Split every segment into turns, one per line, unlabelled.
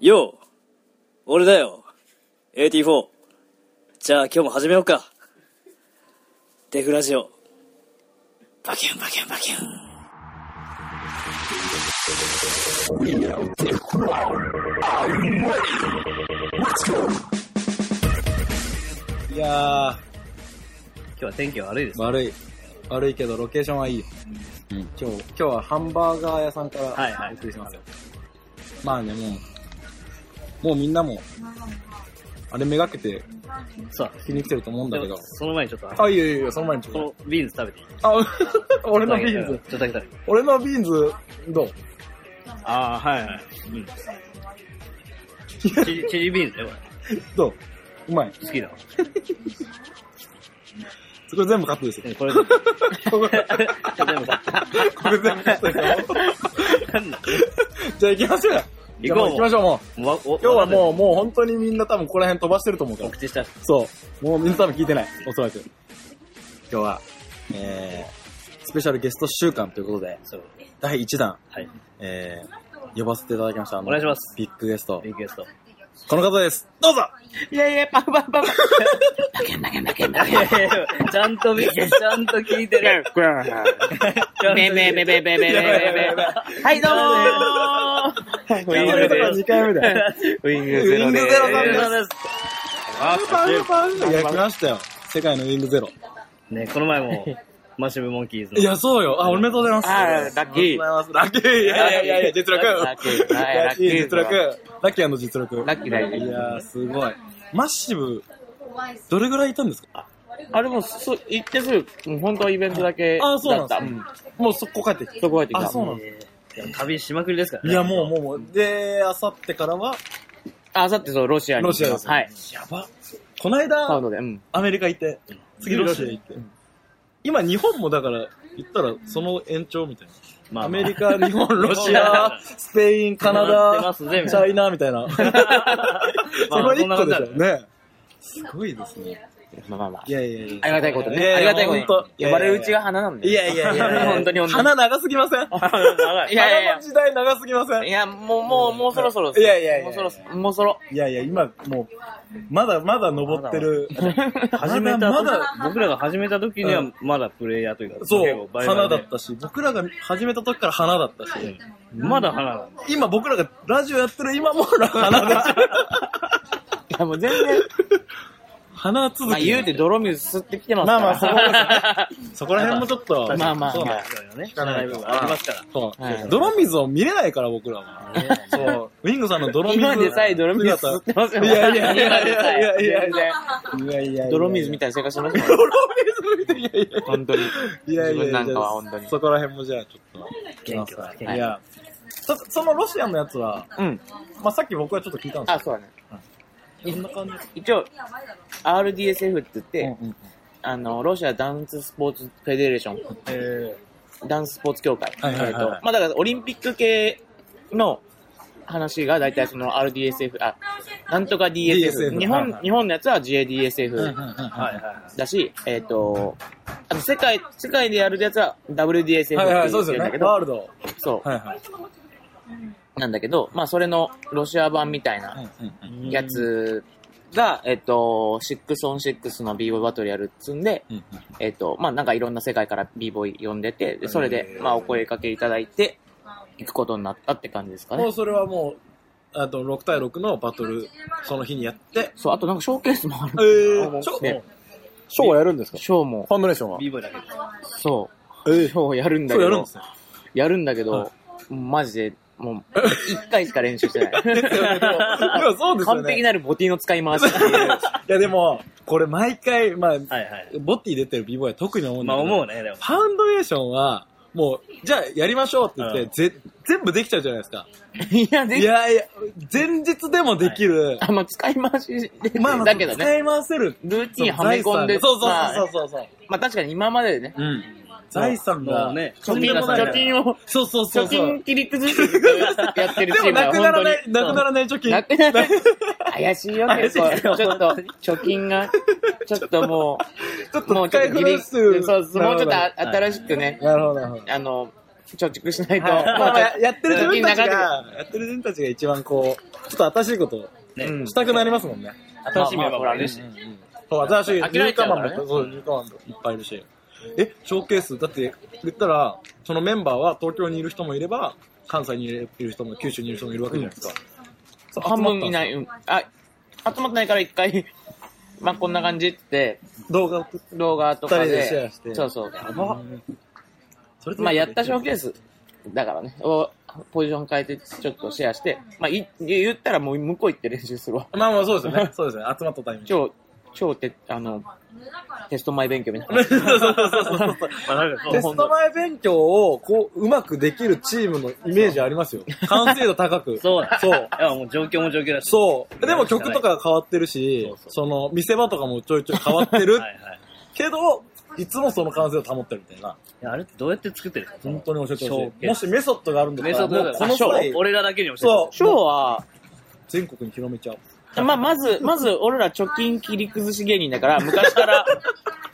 よう俺だよ !AT4! じゃあ今日も始めようかデフラジオバキュンバキュンバキュン
いやー、
今日は天気悪いです
悪い。悪いけど、ロケーションはいい。
うん
今日、今日はハンバーガー屋さんから、
はいはい
お送りしますよ。まあね、もう、もうみんなも、あれめがけて
そう
聞きに来てると思うんだ
で
けど
も。その前にちょっとあの
あ、いやいやいや、その前にち
こ
ょっ
のビーンズ食べていい
と。あ、俺のビーン
ちょっ
ズ。
とだけ食べて
俺のビーンズ、どう
ああはいはいうんチリチリビーンズねこ
どううまい。
れ好きだわ
それ全部カットですよ。
うんこれ
ここ
全部買った
これ全部カットですよ。
なんだ
じゃあ行きましょうよ。
行こう
行きましょう、もう。
わお
今日は
わ
もう、もう本当にみんな多分ここら辺飛ばしてると思うか
かん
ら
ない。告知した
そう。もうみんな多分聞いてない。おそらく。今日は、えー、スペシャルゲスト週間ということで、
そう
第1弾、
はい
えー、呼ばせていただきました。お
お願いします。
ビッグゲスト
リ。クエスト
この方です。どうぞ
いやいや、パフパフパフ。いやいやいやちゃんと見て、ちゃんと聞いてる。
べべべべべべべべべ。はい、どうも
ウ
ー
ィングゼロ
2回目だ。
ウィングゼロ
ウ
で
ィング
す。
ゼロさんです
です。
いや、来ましたよ。世界のウィングゼロ。
ね、この前も、マッシブモンキーズの。
いや、そうよ。あ、おめでとうございます。
あーラ
おめでとう
ッキー
ございます。ラッキーいやいやいやいや、実力
ラッキーはい
ラッキー、実
ラッキー
力ラッキー実力。
ラッキーだよ
いやー、すごい。マッシブ、どれぐらいいたんですか
あれも、そう、行ってすぐ、うん本当はイベントだけ
あーそうな
だ
ん
っ
です
た。
かもうそこ帰ってきて
そこ入ってきた。
あ、そうなんだ。
旅しまくりですからね。
いや、もう、もう、もう。で、あさってからは、
あさってそう、ロシアに行きます。
ロシアです
はい。
やば。こない
サウ
だ、
ンドで、うん。
アメリカ行って、次ロシア行って。今、日本もだから、言ったら、その延長みたいな。
まあまあ
アメリカ、日本、ロシ
ま
ア
あ、
スペイン、カナ
回ってま
ダ、チ
すねみたいな
ャイナみたいな。 その一個ですよね。すごいですね。
まあまあまあ。
いやいやいや。
ありがたいこと
いやい
ね。
や
ありがたいことね
ほんと。
呼ばれるうちが花なんで。
いやいやいや、
本当に本当に
花長すぎません
いやい
花
や
の時代長すぎません
いや。いや、もう、もう、もうそろそろです。
いやいやいや
もうそろそろ、もうそろ。
いやいや、今、もう、まだまだ登ってる。
始めた
ま
時
だ、
僕らが始めた時に
う
は、まだプレイヤーというか、
そう、
バイバイで
花だったし、僕らが始めた時から花だったし、
まだ花なんだ。
今僕らがラジオやってる今も花だし、
いや、もう全 然、
花続
まあ
き。
言うて泥水吸ってきてます
ま
か
あ
ら。
まあ、そこですねそこら辺もちょっと、
まあまあ
そうなん
まあ
です
そうよね。
かない
部分ありますから。
そう
はい
泥水を見れないから僕らは。そう。ウィングさんの泥水。
今でさえ泥水吸ってますよ。
いやいやいやいやいやいや
全然
いやいやいや
泥水みたいな生活してますもん。
泥水みたい。いやいや
本当
い
に。
やいやいや
自分なんかは本当に
そこら辺もじゃあちょっと、
元気だ
いや、そそのロシアのやつは、
うん。
まあ、さっき僕はちょっと聞いたんです
あ、
け
そうだね。
ど、そんな感じです
一応、RDSF って言って、
うんうん
あの、ロシアダンススポーツフェデレーション、
え
ダンススポーツ協会。
はいはいはいはい
えーとまあだからオリンピック系の話が大体その RDSF、あ、なんとか DSF。
DSF はい
日本
は、い
日本のやつは
ー
JADSF
はい
は
は
だし、えっ、と、あと世界、世界でやるやつは WDSF って
いはいはい、
言
そううんですよ
だけ
ね。
ど、
ワールド。
そう。
はいはい。
なんだけど、まあ、それのロシア版みたいな
はい。
やつが、えっと、6on6 の b ボイバトルやるっつんで、えっと、まあ、なんかいろんな世界から b ボイ呼んでて、でそれで、まあ、お声かけいただいて、行くことになったって感じですか
も
ね
う。それはもう、あと6対6のバトル、その日にやって、
そう、あとなんかショーケースもある。
えー、ちょ、
ね
ショーはやるんですか
ショーも、
ファンドレーションは。
ビーボーだけど。
そう、ショーをやるんだ
そう
け
やるん
ど
です、 ね。
やるんだけ
は
ど、マジで、も う、一回しか練習してない。
いや、そうですよね。
完璧なるボディの使い回しっていう。
いや、でも、これ毎回、まあ、
はいはい。
ボッティ出てるビボーイは特に思うん
ま
だ
あ
けど、
思うね、でも。
ファウンドレーションは、もう、じゃあやりましょうって言って、
うん
ぜ全部できちゃうじゃない ですか。
いや、
い
で、
やいや、前日でもできる。
あ、まあ、使い回しで、
まあ、まあ
だけどね。
使い回せる。
ルーティンはめ込んで、
そうそう
まあ
そうそうそうそう。
まあ確かに今までね、
うん。財産
も
が
うね、
とんでもない
貯金を
そうそうそう。
貯
そう
金切り崩してやってる
で
チ
も
ーム
な
は
くな
本
ら
当
ない、
に。
なくならない貯金。
なくならない。怪しいよ、結
怪しいよ
構。ちょっと、貯金が、ちょっとも
ちょっ
う、も
と
うちょ
使
っ
い
とギリ、
古
そう
す。
そう、もうちょっと
な
新しくね、
るほどなるほど。
あの、貯蓄しないと。
まあまあ、ややってる自分たちが、
長
やってる自分たちが一番こう、ちょっと新しいことをね、
うん
したくなりますもんね。
く
楽しみはもらえるし。
そう、新しい、
飽きら
入
れち
荷
ゃうか
マン
らね
も、そう、入荷マンもいっぱいいるし。え、ショーケース、だって、言ったら、そのメンバーは東京にいる人もいれば、関西にいる人も、九州にいる人もいるわけじゃないですか。そう
半分い
い。
ない。うんあ、集まってないから一回、まあこんな感じって、
動画を撮って。
動画とか
二人でシェア
で
して、
そうそう。
それと
まあやったショーケースだからね、をポジション変えてちょっとシェアして、まあい言ったらもう向こう行って練習するわ。
まあまあ、そうですよね。そうですよね。集まったタイミング。
超、超て、あの、テスト前勉強みたいな。
そうそうそうそうそう。
まあなんかこう
テスト前勉強を、こう、うまくできるチームのイメージあります よ。完成度高く。
そうだ。
そう。
いや、もう状況も状況だし。
そう。でも曲とか変わってるし
そう、そう
その、見せ場とかもちょいちょい変わってる
はいはい。
けど、いつもその完成を保ってるみたいな。
いやあれってどうやって作ってるか。
本当に教えて
ショ
ほ
ー
しい。
ケ
も
ー
しメソッドがあるんだった
メソ
ら、
ッド
も
だ
う
か
こ
ら、
の際、
俺らだけに教えて
そ
ほ
う
し
ショーは、
全国に広めちゃおう。
まあ、まず、まず、俺ら貯金切り崩し芸人だから、昔から、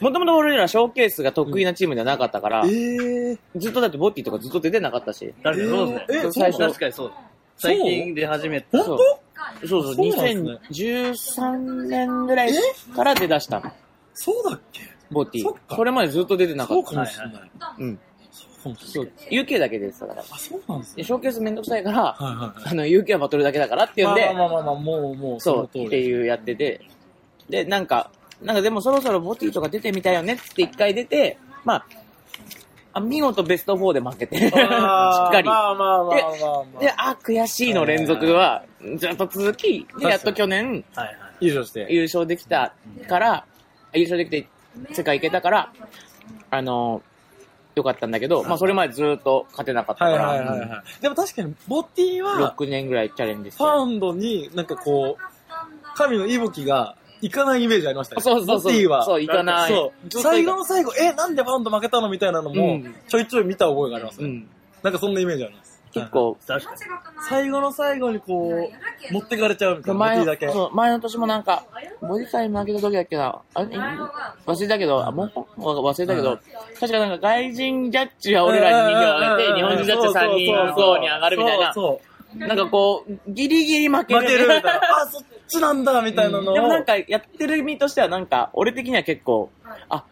もともと俺らショーケースが得意なチームではなかったから、
えー、
ずっとだってボッティとかずっと出てなかったし、
い。確かにそうですね。
えーえ
最
そうなの
確かにそうだ。最近出始めて。
本当
そうそう、
そうなん
2013年ぐらいから出だしたの、
そうだっけ
ボッテ
そっ
ィ。
か
これまでずっと出てなか
そ
っ
うかもしれ
はい
ない。
た。うん。
そうかもし
そ
れ
う
ない。、
UK だけ出てたから。
あ、そうなんですね。
でショーケースめんどくさいから、
はいはいはい。
あの、UK はバトルだけだからっていうんで、
まあまあまあまあ、もうもう、
そ
の通
う、
り
っていうやってて、で、なんか、なんかでもそろそろボティとか出てみたいよねって一回出て、まあ、あ見事ベスト4で負けて、 しっ
あー
かり。
まあまあまあまあまあ。
で、あ、悔しいの連続は、ずっと続き、で、やっと去年、
はいはい。
優勝して。
優勝できたから、優勝できて、世界行けたから、あの、よかったんだけど、まあ、それまでずっと勝てなかった
は
か
い
ら、
はいはいはい。でも確かに、ボッティは、
6年ぐらいチャレンジし
フ
て。
ァンドになんかこう、神の息吹が行かないイメージありましたね。
そうそうそう。
ボッティは。
そう、行かない。
そう
ずっと行か
最後の最後、え、なんでファンド負けたのみたいなの
う
も
ん、
ちょいちょい見た覚えがあります
う
ね。
ん。
なんかそんなイメージあります。
結構、
確かに。
最後の最後にこう、持ってかれちゃうみたいな、ボッテ
前
ィだけ。
のそう前の年もなんか、ボディタイム負けた時だっけな、あれ忘れたけど、あ、もう忘れたけ
う
ど、確かなんか外人ジャッジは俺らに2票あげて、日本人ジャッジは3人向こうに上がるみたいな
そう、そう
なんかこう、ギリギリ負け
そう。
る。
負けるみ たいな。あ、そっちなんだみたいなのを。
でもなんかやってる身としてはなんか、俺的には結構、あ、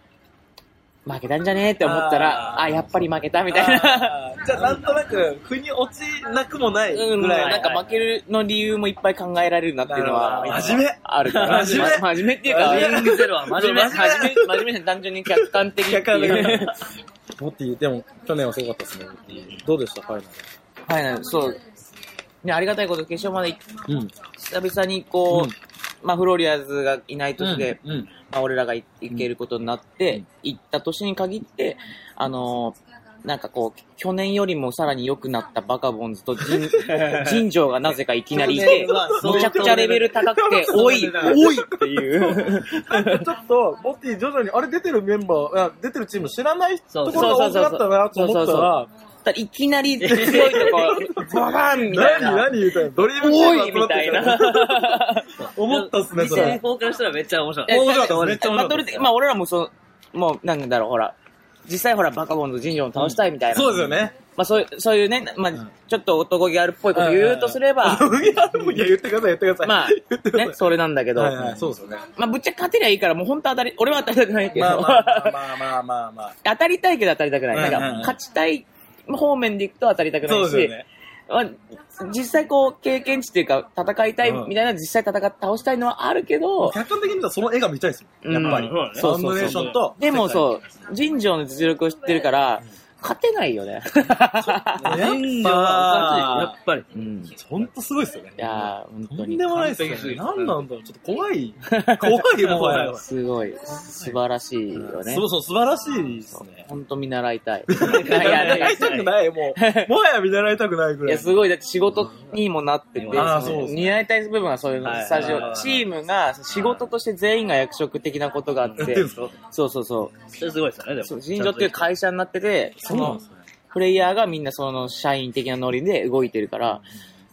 負けたんじゃねえって思ったら、
あー
あ、やっぱり負けたみたいな。
あーじゃあなんとなく、腑に落ちなくもない
うん、
ぐらい
なん
の。
か負けるの理由もいっぱい考えられるなっていうの
な
は、
るほど真面目
あるから。
真面目
ま真面目っていうか、
真面
ウィングゼロは真
真面
面目
目、。真面目、真面目単純に客観的って
客観的
い
な
う。
ボッティ、でも、去年はすごかったですね、ボッティ。どうでした、ファイ
はいはい、そう。ね、ありがたいこと、決勝まで
ナル。うん。
久々にこう、まあ、フローリアーズがいない年で、
うん。
まあ、俺らがい行けることになって、
うん
行った年に限って、あのーなんかこう、去年よりもさらに良くなったバカボンズと人、人情がなぜかいきなりいて、むちゃくちゃレベル高くて、多い、多いっていう。
ちょっと、ボッティ徐々に、あれ出てるメンバー、いや出てるチーム知らない
そ
と
う
ころが多くなったなと思ったら、
いきなり強いとこ、ババンみたい
何、
な。
何言うたいな。ドリームチー
多
ムが
い
集ま
み
って
たい
き
な。
思ったっすね、そ
店
れ。
方からしたらめっちゃ面白
え
い。
面白かっためっちゃ面白かった
バトルでまあ俺らもそう、もうなんだろう、ほら、実際ほらバカボンズ人情を倒したいみたいな。
そうですよね。
まあそういう、そういうね、まあ
ん
ちょっと男気あるっぽいこと言うとすれば、
いや、いや言ってください、言ってください。
まあ
言 ってください
ね、それなんだけど、
はいはい、そうですよね。
まあぶっちゃけ勝てりゃいいから、もう本当当たり、俺は当たりたくないけど、
まあまあまあまあまあまあ。
当たりたいけど当たりたくない。なんか
うんうんうん
勝ちたい方面でいくと当たりたくな
そう
い
です
し、
よね。
まあ、実際こう経験値っていうか戦いたい
うん
みたいな、実際戦っ倒したいのはあるけど、
客観的に見たらその絵が見たいですもん。やっぱり。
うんうん
サウンドネーションと。
でも
う。
そう、人情の実力を知ってるから、勝てないよね。
やっ
や
ぱ
っ、ぱり。
うん。い
ほんとすごいですよね。
やー、本
と
当
ん
に
で。もないですよね。なんなんだろう、ちょっと怖 い。怖い、もはや。
すごい、素晴らしいよね
そ。うそう、素晴らしいですね。
本当見習い たい。い
見
や、い
習
や
いたくない、もう。もはや見習いたくないぐ
い
らい。
や、すごい、だって仕事にもなってて、
あー
そ
そ
の
うですね
見習いたい部分はそういう
はい
スタジ
はい
オ、チームが仕事として全員が役職的なことがあっ
やって
て
るん、ですか
そうそうそう。
それすごいですよね、でも。
そう人情っていう会社になってて、そ
そうなん
の
ですね。
プレイヤーがみんなその社員的なノリで動いてるから、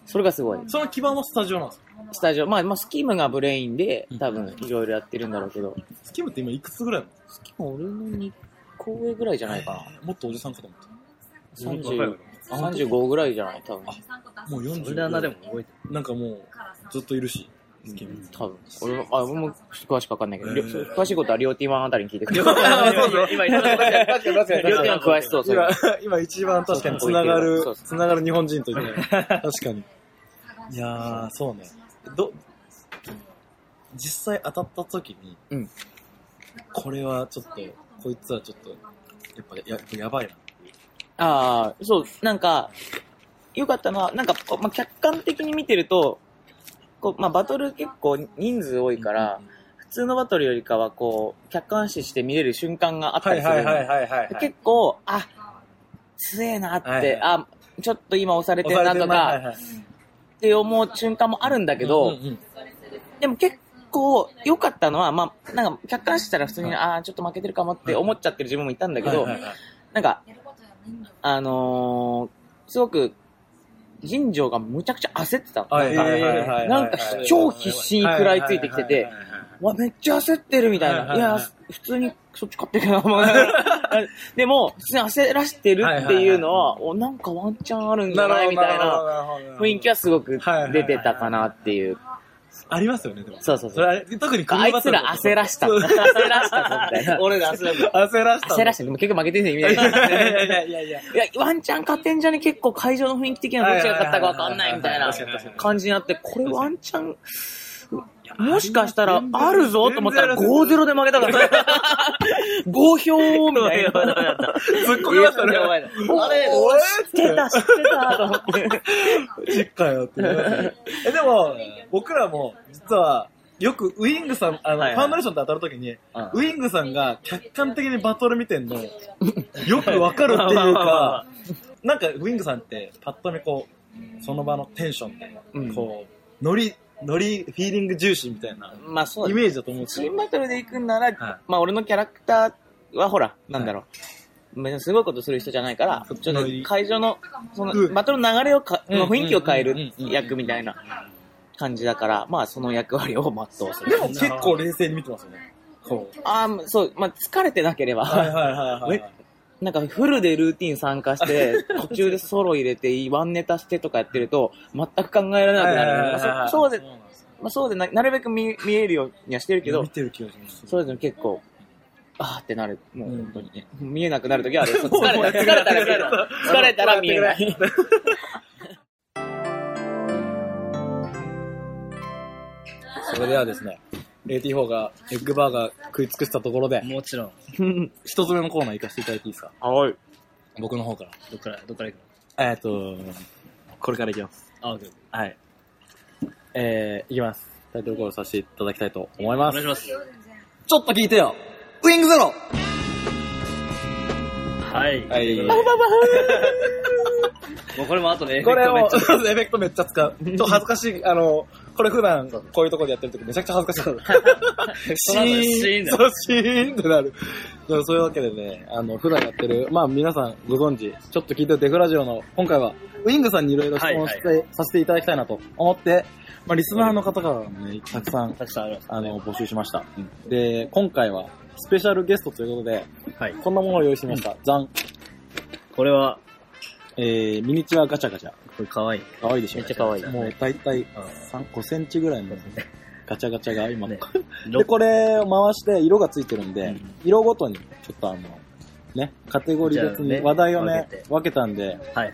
それがすごい。
その基盤はスタジオなんですか
スタジオ、まあ、まあ、スキームがブレインで、多分いろいろやってるんだろうけど、
スキムって今いくつぐらいな
スキーム俺の2個上ぐらいじゃないか
のもっとおじさんかと思っ
30 35ぐらいじゃない多分。
もう
それであんなで
40
も動いて
なんかもうずっといるし
多分。俺も、あ、俺も詳しくわかんないけど、りょ
えー
詳しいことは両ティーマンあたりに聞いてくれ。
る。
両テ
今、今、今、
ィーマン詳しそう、それ
今。今一番確かにつながるつながる日本人と言って確かにいやーそうねど実際当たった時に、
うん
これはちょっとこいつはちょっとやっぱややっぱやばいな
ああ、そう、なんか、よかったのは、なんか、こうまあ、客観的に見てると、こう、まあ、バトル結構人数多いから、普通のバトルよりかは、こう、客観視して見れる瞬間があったりする。
はいはい
で結構、あ、強えなって、
はいはい
あ、ちょっと今押されて
押
る
され
な
て
と
るなはい
か、
はい
って思う瞬間もあるんだけど、
うんうん
でも結構良かったのは、まあ、なんか客観視したら普通に、ああ、ちょっと負けてるかもって思っちゃってる自分もいたんだけど、
はいはいはい
なんか、あのー、すごく、人情がむちゃくちゃ焦ってたの。
はいはいはいはいはいはい
なんか超必死に食らいついてき
はい
てて
はいはいはい
わ、めっちゃ焦ってるみたいな。
はい
い
はいは
や
い、
普通にそっち勝ってるけど、まあ でも、普通に焦らしてるっていうのは、お、なんかワンチャンあるんじゃないみたいな雰囲気はすごく出てたかなっていう。
ありますよね、でも。
そうそうそう
それ特に
あいつら焦らした。焦らしたぞ、みたい な。
俺ら焦らした。焦らした。
焦らして、でも結局負けてんねん、みたい
いやい
な。
やいやいや いや。
いや、ワンチャン勝てんじゃね結構会場の雰囲気的にはどっちが勝ったかわかんないみたいな
はいはいはいはい確かに確かに
感じになって、これワンチャン、もしかしたらあるぞと思ったら
全然ある
5-0で負けた から、5票みたいな。
突っ込みましたね。
やばいなあれ、
おえ
知ってた、知ってた、と思って。
実家よって言いましたね。え、でも、僕らも、実は、よくウィングさん、あの、
はいはい
ファンダレーションと当たるときに、ウィングさんが客観的にバトル見て んの、よくわかるっていうか、なんかウィングさんって、パッと見こう、その場のテンション
うん
で、こう、ノリ、ノリ、フィーリング重視みたいな、
まあそうだ
イ
ね
メージだと思うんです
チ
よ
ーム。バトルで行くんなら、
は
まあ俺のキャラクターはほら、なんだろう。別にすごいことする人じゃないから
そっ、
ち
ち
ょっ
の
と会場の、その
うん
バトルの流れをか、
うん
の雰囲気を変え
うんうん
る
うんうん
役みたいな感じだから、まあその役割を全うす
で
る。
も結構冷静に見てますよね。こう。
ああ、そう、まあ疲れてなけれ
はい
ば、
はいはいはい。
なんかフルでルーティン参加 して、途中でソロ入れて、ワンネタしてとかやってると、全く考えられなくなる。まあそそうで、まあそうでな、なるべく見見えるようにはしてるけど
見、てる気がします。
それでも結構、あーってなる。もう
うん
本当にね。見えなくなるときはある。 そう疲れた、疲れたら見えない。 疲れたら見え ない。
それではですね、AT4 がエッグバーガー食い尽くしたところで、
もちろん。
一つ目のコーナー行かせていただいていいですか
あおい。
僕の方か
どっから、どっから行く
ら。えっと、これからいきます。
のあ、OK
はい。えー、いきます。タイトルコールさせていただきたいと思いま
お
す。
願い
ち
します。
ょっと聞いてよウィングゼロ
はい。
はい
とうことでもうこれも後でエフェ
こ
クトめっ
れを、
ちゃ。
エフェクトめっちゃ使う。ちょっと恥ずかしい。あの、これ普段、こういうところでやってるときめちゃくちゃ恥ずかしかった。 シーン、
そ
そう、シーンってなる。でもそういうわけでね、あの、普段やってる、まあ皆さんご存知、ちょっと聞いてるデフラジオの、今回は、ウィングさんにいろいろ質問して、
は
させていただきたいなと思って、まあリスナーの方からもね、たくさん、
たくさんあります。
あの、募集しました。で、今回は、スペシャルゲストということで、
はい。
こんなものを用意しました。じゃん。
これは、
えー、ミニチュアガチャガチャ。
これ可愛い。
かわいいでしょ
めっちゃ可愛い
もう大体3 5センチぐらいのガチャガチャが今、
ね
で、これを回して色がついてるんで、
うん
色ごとにちょっとあの、ね、カテゴリー別
じゃあ
に
ね
話題をね、
分けて
分けたんで、
はい。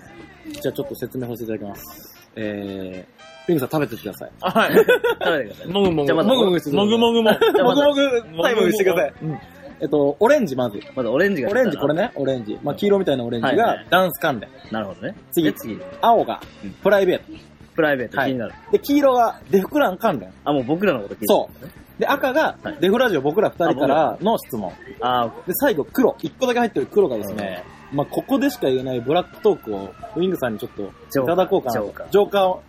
じゃあちょっと説明させていただきます。えー、ピンクさん食べてください。
あ、はい。食べてください。
もぐもぐ。
じゃあまず
もぐもぐしてください
もぐもぐも。じゃあ
も
ま
ぐ
ず
もぐタイムしてください。うんえっと、オレンジまず。
まずオレンジが
オ
出た
レ
な。
ンジこれね、オレンジ。まあ黄色みたいなオレンジ
はいは
が
い
ダンス関連。
なるほどね。
次
で次。
青が
うん
プライベート。
プライベート
はい
気になる。
で、黄色がデフクラン関連。
あ、もう僕らのこと聞いてる。
そう。で、赤が
はい
デフラジオ僕ら二人からの質問。
う。あー、
で、最後黒。一個だけ入ってる黒がですね、まあここでしか言えないブラックトークをウィングさんにちょっと
ジョ
い
ーカー
ただこうかな
ジョーカ
と。
ー
ジョーカーを、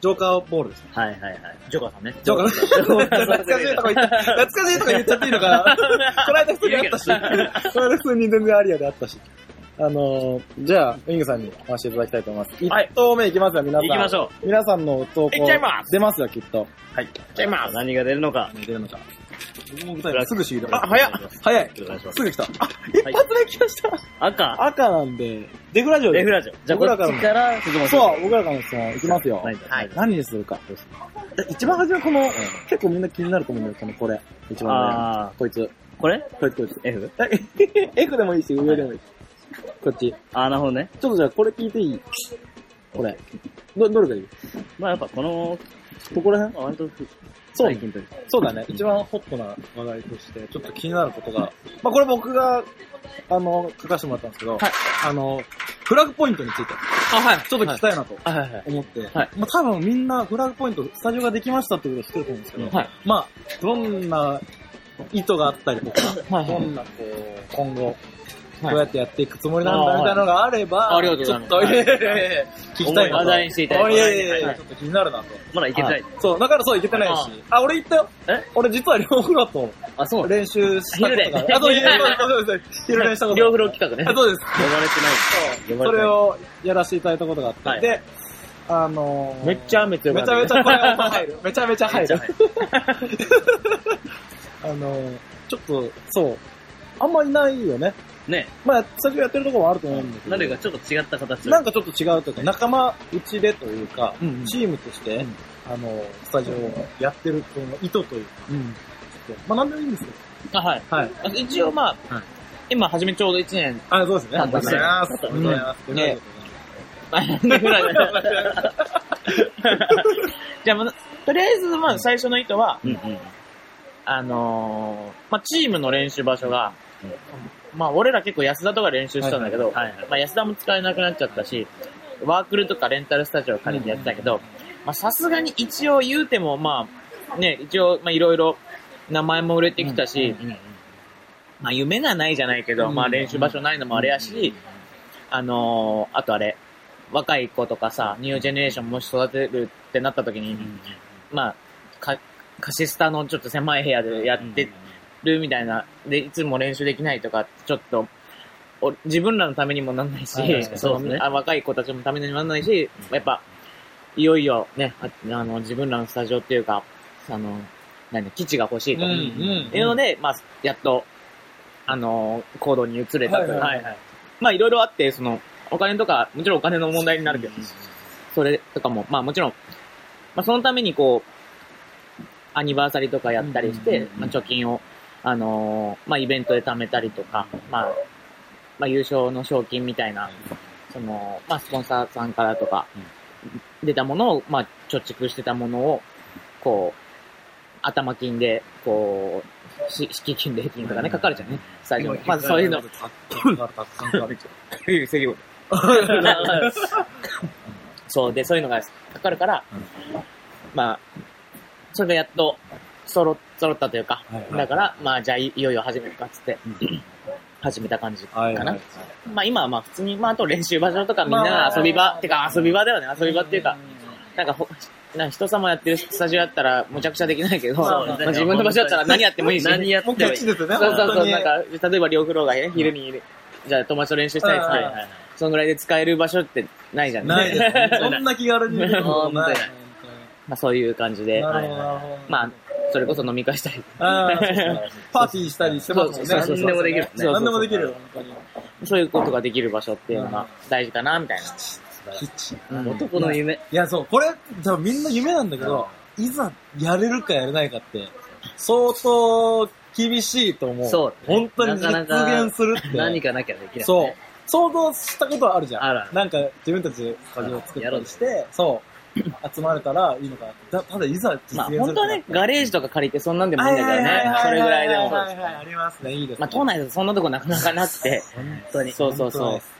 ジョーカーボールですね。
はいはいはい。ジョーカーさんね。
ジョーカー懐
カー
かしいとか言って、懐かしいとか言っちゃっていいのかなこの間普通にあったし、この間普通に全然アリアであったし。あのー、じゃあ、ウィングさんにお話していただきたいと思います。
はい
1投目いきますよ、皆さん。
行きましょ
う。皆さんの投稿。
いっちゃいます
出ますよ、きっと。
はい。じゃあ今、何が出るのか。
出るのか。もう答えますぐ終了。あ、
早っ
早い
お願いします
すぐ来た。あ、一発目来ました、
赤、
赤なんで、デフラジオで
レフラジオ。じゃあ、こ
僕らから
っ
の
ちから、藤本
そう、僕らからの質問いきますよ。
はい
はい
何にするか。一番初めこの、結構みんな気になると思うんだよ、このこれ。一番
あ
上。こいつ。
ー、これ
こいつ、こいつ。
?F?
F でもいいし、上でもいいし。こっち。ち
あー、なるほどね。
ょっとじゃあこれ聞いていいこれ。ど、どれがいい
まあやっぱこの、
ここら辺
割とふ、
そう
最近というか
そうだね。一番ホットな話題として、ちょっと気になることが、まあこれ僕が、あの、書かせてもらったんですけど、あの、フラッグポイントについて、
あ、はい。
ちょっと聞きたいなと
はいはいはい。
思って、
はい
まあ多分みんなフラッグポイント、スタジオができましたってことを知ってると思うんですけど、
はい
まあ、どんな意図があったりとか、
はい
どんなこう、今後、こ
はいう
やってやっていくつもりなんだみたいなのがあれば、
あありがとうございます
ちょっと、いやいやいや聞きたいなと。
話題にしていただい
あい
て
やいやい
は
や、
い
ちょっと気になるなと。
まだいけてない。
そう、だからそう、いけてないし。あ、俺言ったよ。
え
俺実は両風呂と
あ、そう。
練習したことがあ
昼
る。
で
あ、そう、昼でそうそうそう昼練したことがあ
両
る。
風呂企画ね
あ、。そうです。
呼ばれて
そう
呼ば
そ
れて
れ
ない
をやらせていただいたことがあって。
はい
で、あのー、
めっちゃ雨強
め
かっ
ちゃめちゃ
たね
これ入る。めちゃめちゃ入る
め。
あのー、ちょっと、そう。あんまいないよ
な
ね。
い。ね。
まあ、最初やってるところはあると思うんだけど。
誰かちょっと違った形
なんかちょっと違うというか、仲間内でというか、
うんうん
チームとして、あの、スタジオをやってるこの意図というか、
うん
ちょっとまあなんでもいいんですよ。
あ、はい。
はい。
あ一応まあ、
はい
今、はじめちょうど1年、
あ、そうですね。
あそうですね
ありがとうございます。
う
あり
ん
がとうございます
ねぐらいだじゃあ、まあとりあえず、まあ、最初の意図は、
うんうん。
あのーまあ、チームの練習場所が、まあ、俺ら結構安田とか練習したんだけど、
はいはいはい
まあ、安田も使えなくなっちゃったし、ワークルとかレンタルスタジオ借りてやってたけど、まあ、さすがに一応言うても、まあ、ね、一応、まあ、いろいろ名前も売れてきたし、まあ、夢がないじゃないけど、まあ、練習場所ないのもあれやし、あのーあとあれ、若い子とかさ、ニュージェネレーションもし育てるってなった時に、まあ、か、カシスタのちょっと狭い部屋でやってるみたいな、で、いつも練習できないとか、ちょっと、お自分らのためにもなんないし
はい確か、に
その
そうですね
あ若い子たちのためにもなんないし、やっぱ、いよいよね、ああの、自分らのスタジオっていうか、あの、何基地が欲しいと。
うん
いうので、まあ、やっと、あのー行動に移れたというか、
はいはい
まあ、いろいろあって、その、お金とか、もちろんお金の問題になるけど、それとかも、まあ、もちろん、まあ、そのためにこう、アニバーサリーとかやったりして、まあ、貯金を、あのーまあ、イベントで貯めたりとか、まあ、まあ、優勝の賞金みたいな、その、まあ、スポンサーさんからとか、出たものを、まあ、貯蓄してたものを、こう、頭金で、こう、し敷金礼金とかね、書かれちゃうね、スタジオに。まずそういうの
た、くさん書かれちゃう
うんセリフ そうで、そういうのがかかるから、まあ、それがやっと揃っ揃ったというか、
はいはい
だから、まあ、じゃあいいよいよ始めるかっつって、始めた感じかな。
はいはい
まあ、今はまあ、普通に、まあ、あと練習場所とかみんなが遊び場、
まあ
てか遊び場だよね、遊び場っていうか、なんかほ、なんか人様やってるスタジオやったら、むちゃくちゃできないけど、
そう
まあ自分の場所だったら何やってもいいし。
何やって
も
も
う
いい
ケチですよね、
そうそ
本
う
当
そう、
に
なんか、例えば両フローがね昼にいる、じゃあ友達と練習したいっつって、
うん
そのぐらいで使える場所ってないじゃん。
ないですね。そ ん
ま
な気軽に見ることもない。
あそういう感じで、
な
は
る
い
ほど、なるほど。
まあ、それこそ飲み会したり、
あー、そうそうパーティーしたりしてますもんね。
そうそうそう何でもできるそうそうそう
何でもできるよ、本当に。
そういうことができる場所っていうのが大事かな、みたいな。
キッチン。
うん
男の夢。
いや、そう、これ、多分みんな夢なんだけど、いざやれるかやれないかって、相当厳しいと思う。
そう
本当
な
に
かな
実
か
現するって。
何かなきゃできない。
そう。想像したことはあるじゃん。
あるある
なんか、自分たちでスタジオ作ったりして、そう。集まれたらいいのかなって。だただ、いざ実現する
まあ、本当はね、ガレージとか借りてそんなんでもいいんだけど
は
ね
はは。は
それぐらいでも。
はいはいはい、ありますね。いいですね。
まあ、都内だとそんなとこなかなかなくて。
本
当にそうそ
本
う
当
そ
です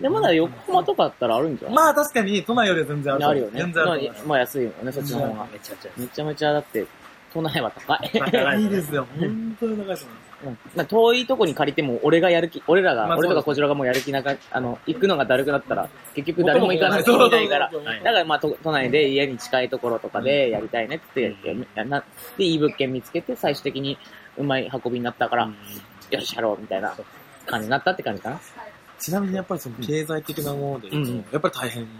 う。で、まだ横浜とかだったらあるんじゃない
まあ、確かに、都内よりは全然ある。
あるよね。
全然あると思い
まあ、安いよね、そっちの方が。
めちゃめちゃ。
めちゃめちゃだって、都内は高い。
ます。いいですよ。本当に高いですね。
うんまあ、遠いとこに借りても、俺がやる気、俺らが、
まあ
俺と
そうで
か
す
小次郎がもうやる気なか、あの、行くのがだるくなったら、結局誰も行かない人いないから、
そうそうそう
だからまあ、都都内で家に近いところとかでやりたいねって言って、やなで、いい物件見つけて、最終的にうまい運びになったから、よし、やろう、みたいな感じになったって感じかな。
ちなみにやっぱりその経済的なもので言うと、
うん
やっぱり大変で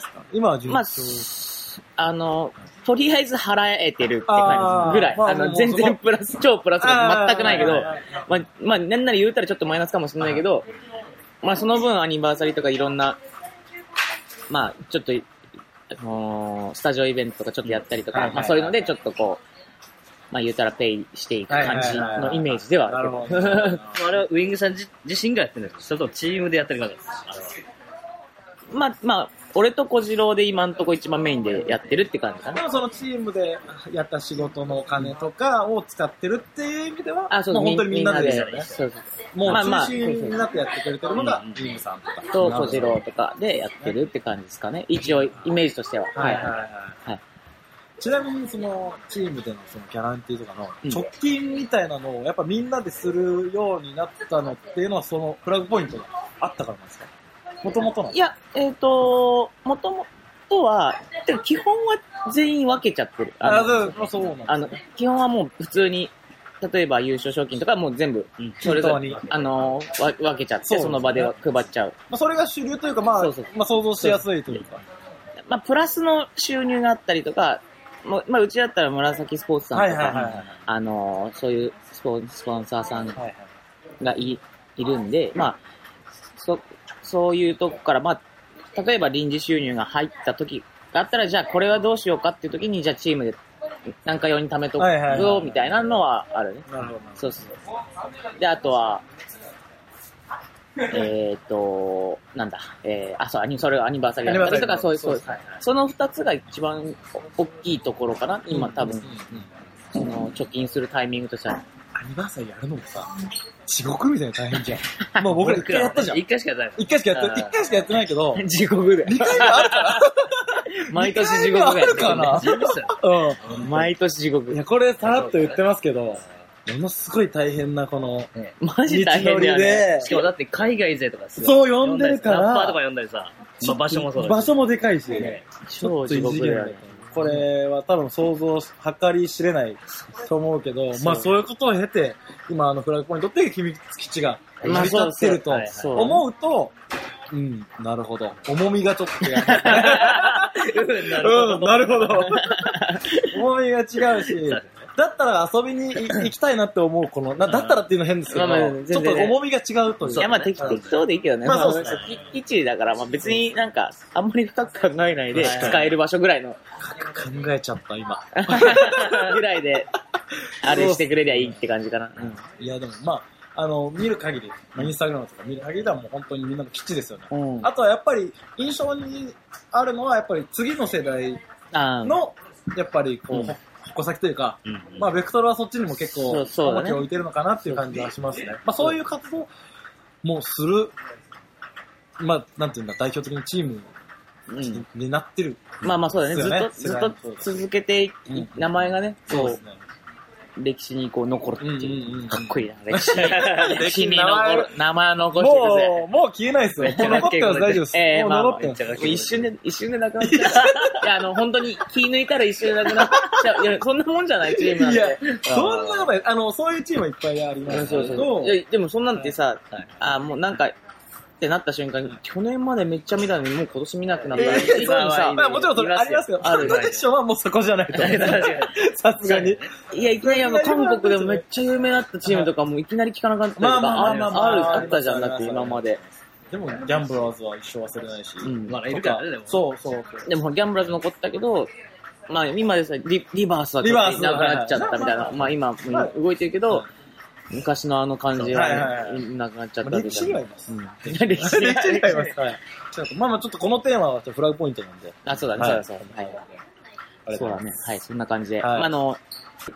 すか今は順調、
まあ、あの、とりあえず払えてるって感じぐら
あ
い。
ーま
あ
あも
の、
う
全
そ
然
こ
プラス、超プラスが全くないけど
あーはいはい、
まあ、まあ、なんなら言うたらちょっとマイナスかもしれないけど、まあ、その分アニバーサリーとかいろんな、まあ、ちょっと、あのースタジオイベントとかちょっとやったりと
はい
か
は、い
まあ、そういうのでちょっとこう、まあ、言うたらペイしていく感じのイメージではあ
な
る
る
けど
ほど。
あれはウィングさん自自身がやってるんですかそれともチームでやってるからですかあれは
まあ、まあ、俺と小次郎で今んとこ一番メインでやってるって感じか
で
な。
もそのチームでやった仕事のお金とかを使ってるっていう意味では、
あ、そう
も
そう
本
う、
当にみんなで
み
すよ
ん
ね
なで。そうそう。
もう
まあ
中
まあ
心になってやってくれてるのが、ジングさんとか。
と小次郎とかでやってるって感じですかね。一応、イメージとしては。
はいはい
は
はい。
はい
ちなみに、その、チームでのそのギャランティーとかの
うん、
直近みたいなのを、やっぱみんなでするようになったのっていうのは、その、フラグポイントがあったからなんですかもともとなん
い。い
ですか
や、えっ、と、もともとは、でも基本は全員分けちゃってる。
あ、
の、
そう、そうなんです
あの基本はもう普通に、例えば優勝賞金とかもう全部、それぞれ
均等に、
あの、わ分けちゃって、
そうですね
その場で配っちゃう。
まあ、それが主流というか、まあ、
そうそう
まあ、想像しやすいというか。
まあ、プラスの収入があったりとか、もうまあ、うちだったら紫スポーツさんとか、
い。
あの、そういうスポンスポンサーさん
はいはい。
がいいるんで、まあ、そ、そういうとこから、まあ、例えば臨時収入が入った時があったら、じゃあこれはどうしようかっていう時に、じゃあチームで何か用に貯めとく
はいはいはいは
ぞ
い、
みたいなのはあるね。
なるほど。
そうそうそう。で、あとは、えっ、と、なんだ、えー、あ、そう、アニそれがアニバーサリーだったりとか、そういう、そういう、その二つが一番大きいところかな、今多分、その、貯金するタイミングとしては。
アニバーサリーやるのもさ、地獄みたいな大変じゃん。まあ僕ら一回やった じゃん。
一回しかやって
一回しかやって、
あー
一回しかやってないけど、
地獄だよ
二回があるか
毎年地獄だ
二回目はあ
よ
る。
ない。ですよ。
ら。
毎年地
うん。い
獄。
や、これさらっと言ってますけど、ものすごい大変なこの、
マジ大変だよね。
しかもだって海外勢とかすごい
そう呼んでるから
ラッパーとか呼んだりさ、まあ場所もそうだし
場所もでかいし、
超地獄だよね。
これは多分想像、計り知れないと思うけど、まあそういうことを経て、今あのフラッグポイントっていう秘密基地が成り立ってると
まあそうそうはいはい
思うと、うん、なるほど。重みがちょっと違う。
うんなるほど
うん、なるほど。思いが違うし、だったら遊びにい行きたいなって思う、この、なだったらっていうの変ですけど、
まあまあ全
ちょ
然
っ
ね
と重みが違うという
いや、まあ適適当でいいけどね。
まあそうっすね
き基地だから、まあ別になんか、あんまり深く考えないで、使える場所ぐら いの、
考えちゃった、今。
ぐらいで、あれしてくれりゃいいって感じかな。うん
いや、でもまあ、あの、見る限り、まあインスタグラムとか見る限りではもう本当にみんなの基地ですよね。
うん
あとはやっぱり、印象にあるのは、やっぱり次の世代
あー
の、やっぱりこう、
うん
ほ矛先というか、
うんうん
まあ、ベクトルはそっちにも結構、
そうそうだね
重きを置いてるのかなっていう感じはしますね。まあ、そういう活動もする、まあ、なんていうんだ、代表的にチーム
うん
になってる。
まあまあそうだね。ずっと、
です
ずっ
よ
と続けてい
うん、
名前がね、
そう
こ
です
う、
ね。
歴史にこう残るって
うんうん
いうう。
ん
かっ こいいな、歴史。歴史に
名前
残る。名前残してくぜ。
もう、もう消えないですよ。残ってます、大丈夫です。
ええ
もう
まあ
残ってます。
もう一瞬で、一瞬でなくなっちゃ う。いや、あの、本当に気抜いたら一瞬でなくなっちゃう。いや、そんなもんじゃない、チームなん
い
て。
や、そんなことない。あの、そういうチームはいっぱいありま
うん
す
そう
け
そう
ど、
いやでもそんなんてさ、
はい
あもうなんか、ってなった瞬間に、去年までめっちゃ見たのに、もう今年見なくなっ
え
た
え
なっていうのにさ
まあもちろんそれありますけど、
あ
サ
る
ン
よ
ドデッションはもうそこじゃないと 思う。さすがに。
いや、いきなりあの、韓国でもめっちゃ有名だったチームとかもいきなり聞かなかったりとか、
まあまあ
あ
まあまあ
あ
まあ
る、あったじゃん、だって今まで。
でも、ギャンブラーズは一生忘れないし。
うん
まあいるからねでも
そうそう。
でも、ギャンブラーズ残ったけど、まあ、今でさえリ、リバースはちょっといなくなっちゃったみたい
リバースは
な。
い
まあ、今、
はい
動いてるけど、昔のあの感じは
はいはいは
ね、いなくなっちゃったみ
歴
た
史にはいいます。
な。うん歴
歴史
史
に
に
はいます。はい。ちょっと、まあまあちょっとこのテーマはちょっとフラグポイントなんで。
あ、そうだね、そう
は
だ、
い
そうだ。はい。
あれ
そうだね。はい、そんな感じ
は
で。
い
まああの、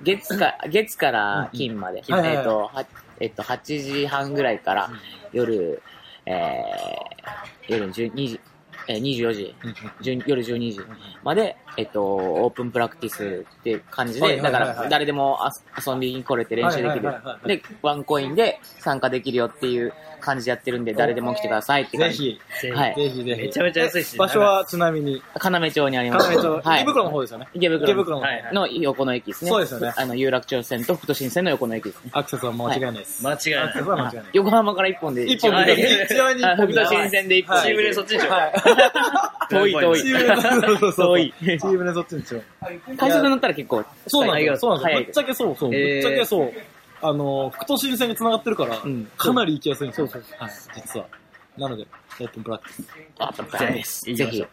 月か、月から金まで、
うんはいはい
えっと、はえっと、8時半ぐらいから夜、えー、夜10 2時、えー、24時、
うん
10夜12時まで、えっと、オープンプラクティスっていう感じ
はい
で、
はいは
だ
いは
か
い
ら誰でも遊遊びに来れて練習できる
はいはいはいは。い
で、ワンコインで参加できるよっていう感じでやってるんで、誰でも来てくださいって
ぜ
感じ。
ひ、
はい。
ぜひぜひ。
めちゃめちゃ安いし
え場所はちなみに、
要町にあり
金
ます。
町、
はい。
池袋の方ですよね。
池袋
池
の
袋の方
はいはい
の横の駅ですね。
そうですよね
あの、有楽町線と副都心線の横の駅ですね。
アクセスは間違いないです。
間違い
ア
な
クセ
い
ス。は間違いない。
横浜から一本で。
一本
で
で、一応に
あ副都心線で一本
はい
チームでそっちでしょ。
はい。
遠い遠
チ
い。
ームで、そうそうそう
遠い。
チームでそっちにしよう。
会社で乗ったら結構、
そうなんだよ。そうなんだ
早
よ。
い
ぶっ
です
ち。ゃけそうそう。ぶ
えー
っちゃけそう。あの、副都心線が繋がってるから
うん、
かなり行きやすいんですよ。そうそう。はい、実は。なので、オープンブラックス。
あ、です。ぜひ。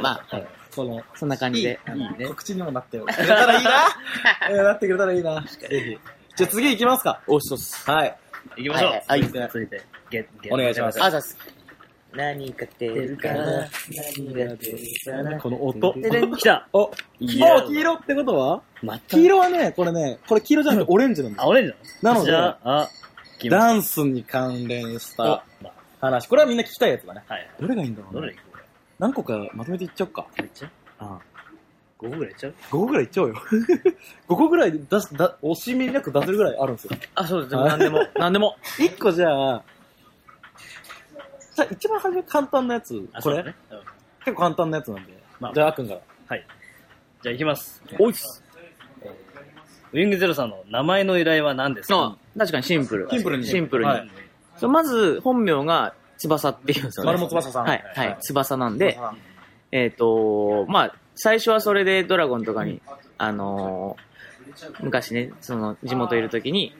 まあ、はい。
その、
そんな感
い
じ
い、い
で。
いね。告知にもなってくれたらいいなうんなってくれたらいいな。ぜひ。じゃあ次行きますか。
おいしそうっす。
はい。
行きましょう。
はい。
続いて、ゲッゲッ
お願いします
あざっす。何が出るかな何が出るかな
この音。
ででん
来た
お、
い
も
や
う黄色ってことは
また
黄色はね、これね、これ黄色じゃなくてオレンジなんです
あ、オレンジ
なので
じゃあ、あ、
よ。ダンスに関連した
ま
話。これはみんな聞きたいやつだね。
あ、はい。
どれがいいんだろう
ど
ね
れ行く
何個かまとめていっちゃおうか。
これいっちゃう
あ
五個ぐらいいっちゃう
5個ぐらいいっちゃおう よ。5個ぐらい出す、だ、惜しみなく出せるぐらいあるんですよ。
あ、そうです。
はい
何でも、何でも。
1個じゃあ、じゃあ一番初め簡単なやつ
あ、、
こ
そう
れ、
だねうん
結構簡単なやつなんで。
まあ
じゃあ、あっくんか
じゃ
ら。
あ行きます。
おいっす。
ウィングゼロさんの名前の由来は何です
あ
か
確かにシンプル。
シンプルに
シンプルに
はい
そうまず、本名が翼っていうんですよね。
丸本翼さん
はい、は
はいい、
翼なんで、えっ、とまあ、最初はそれでドラゴンとかに、あのー昔ね、その、地元いるときに、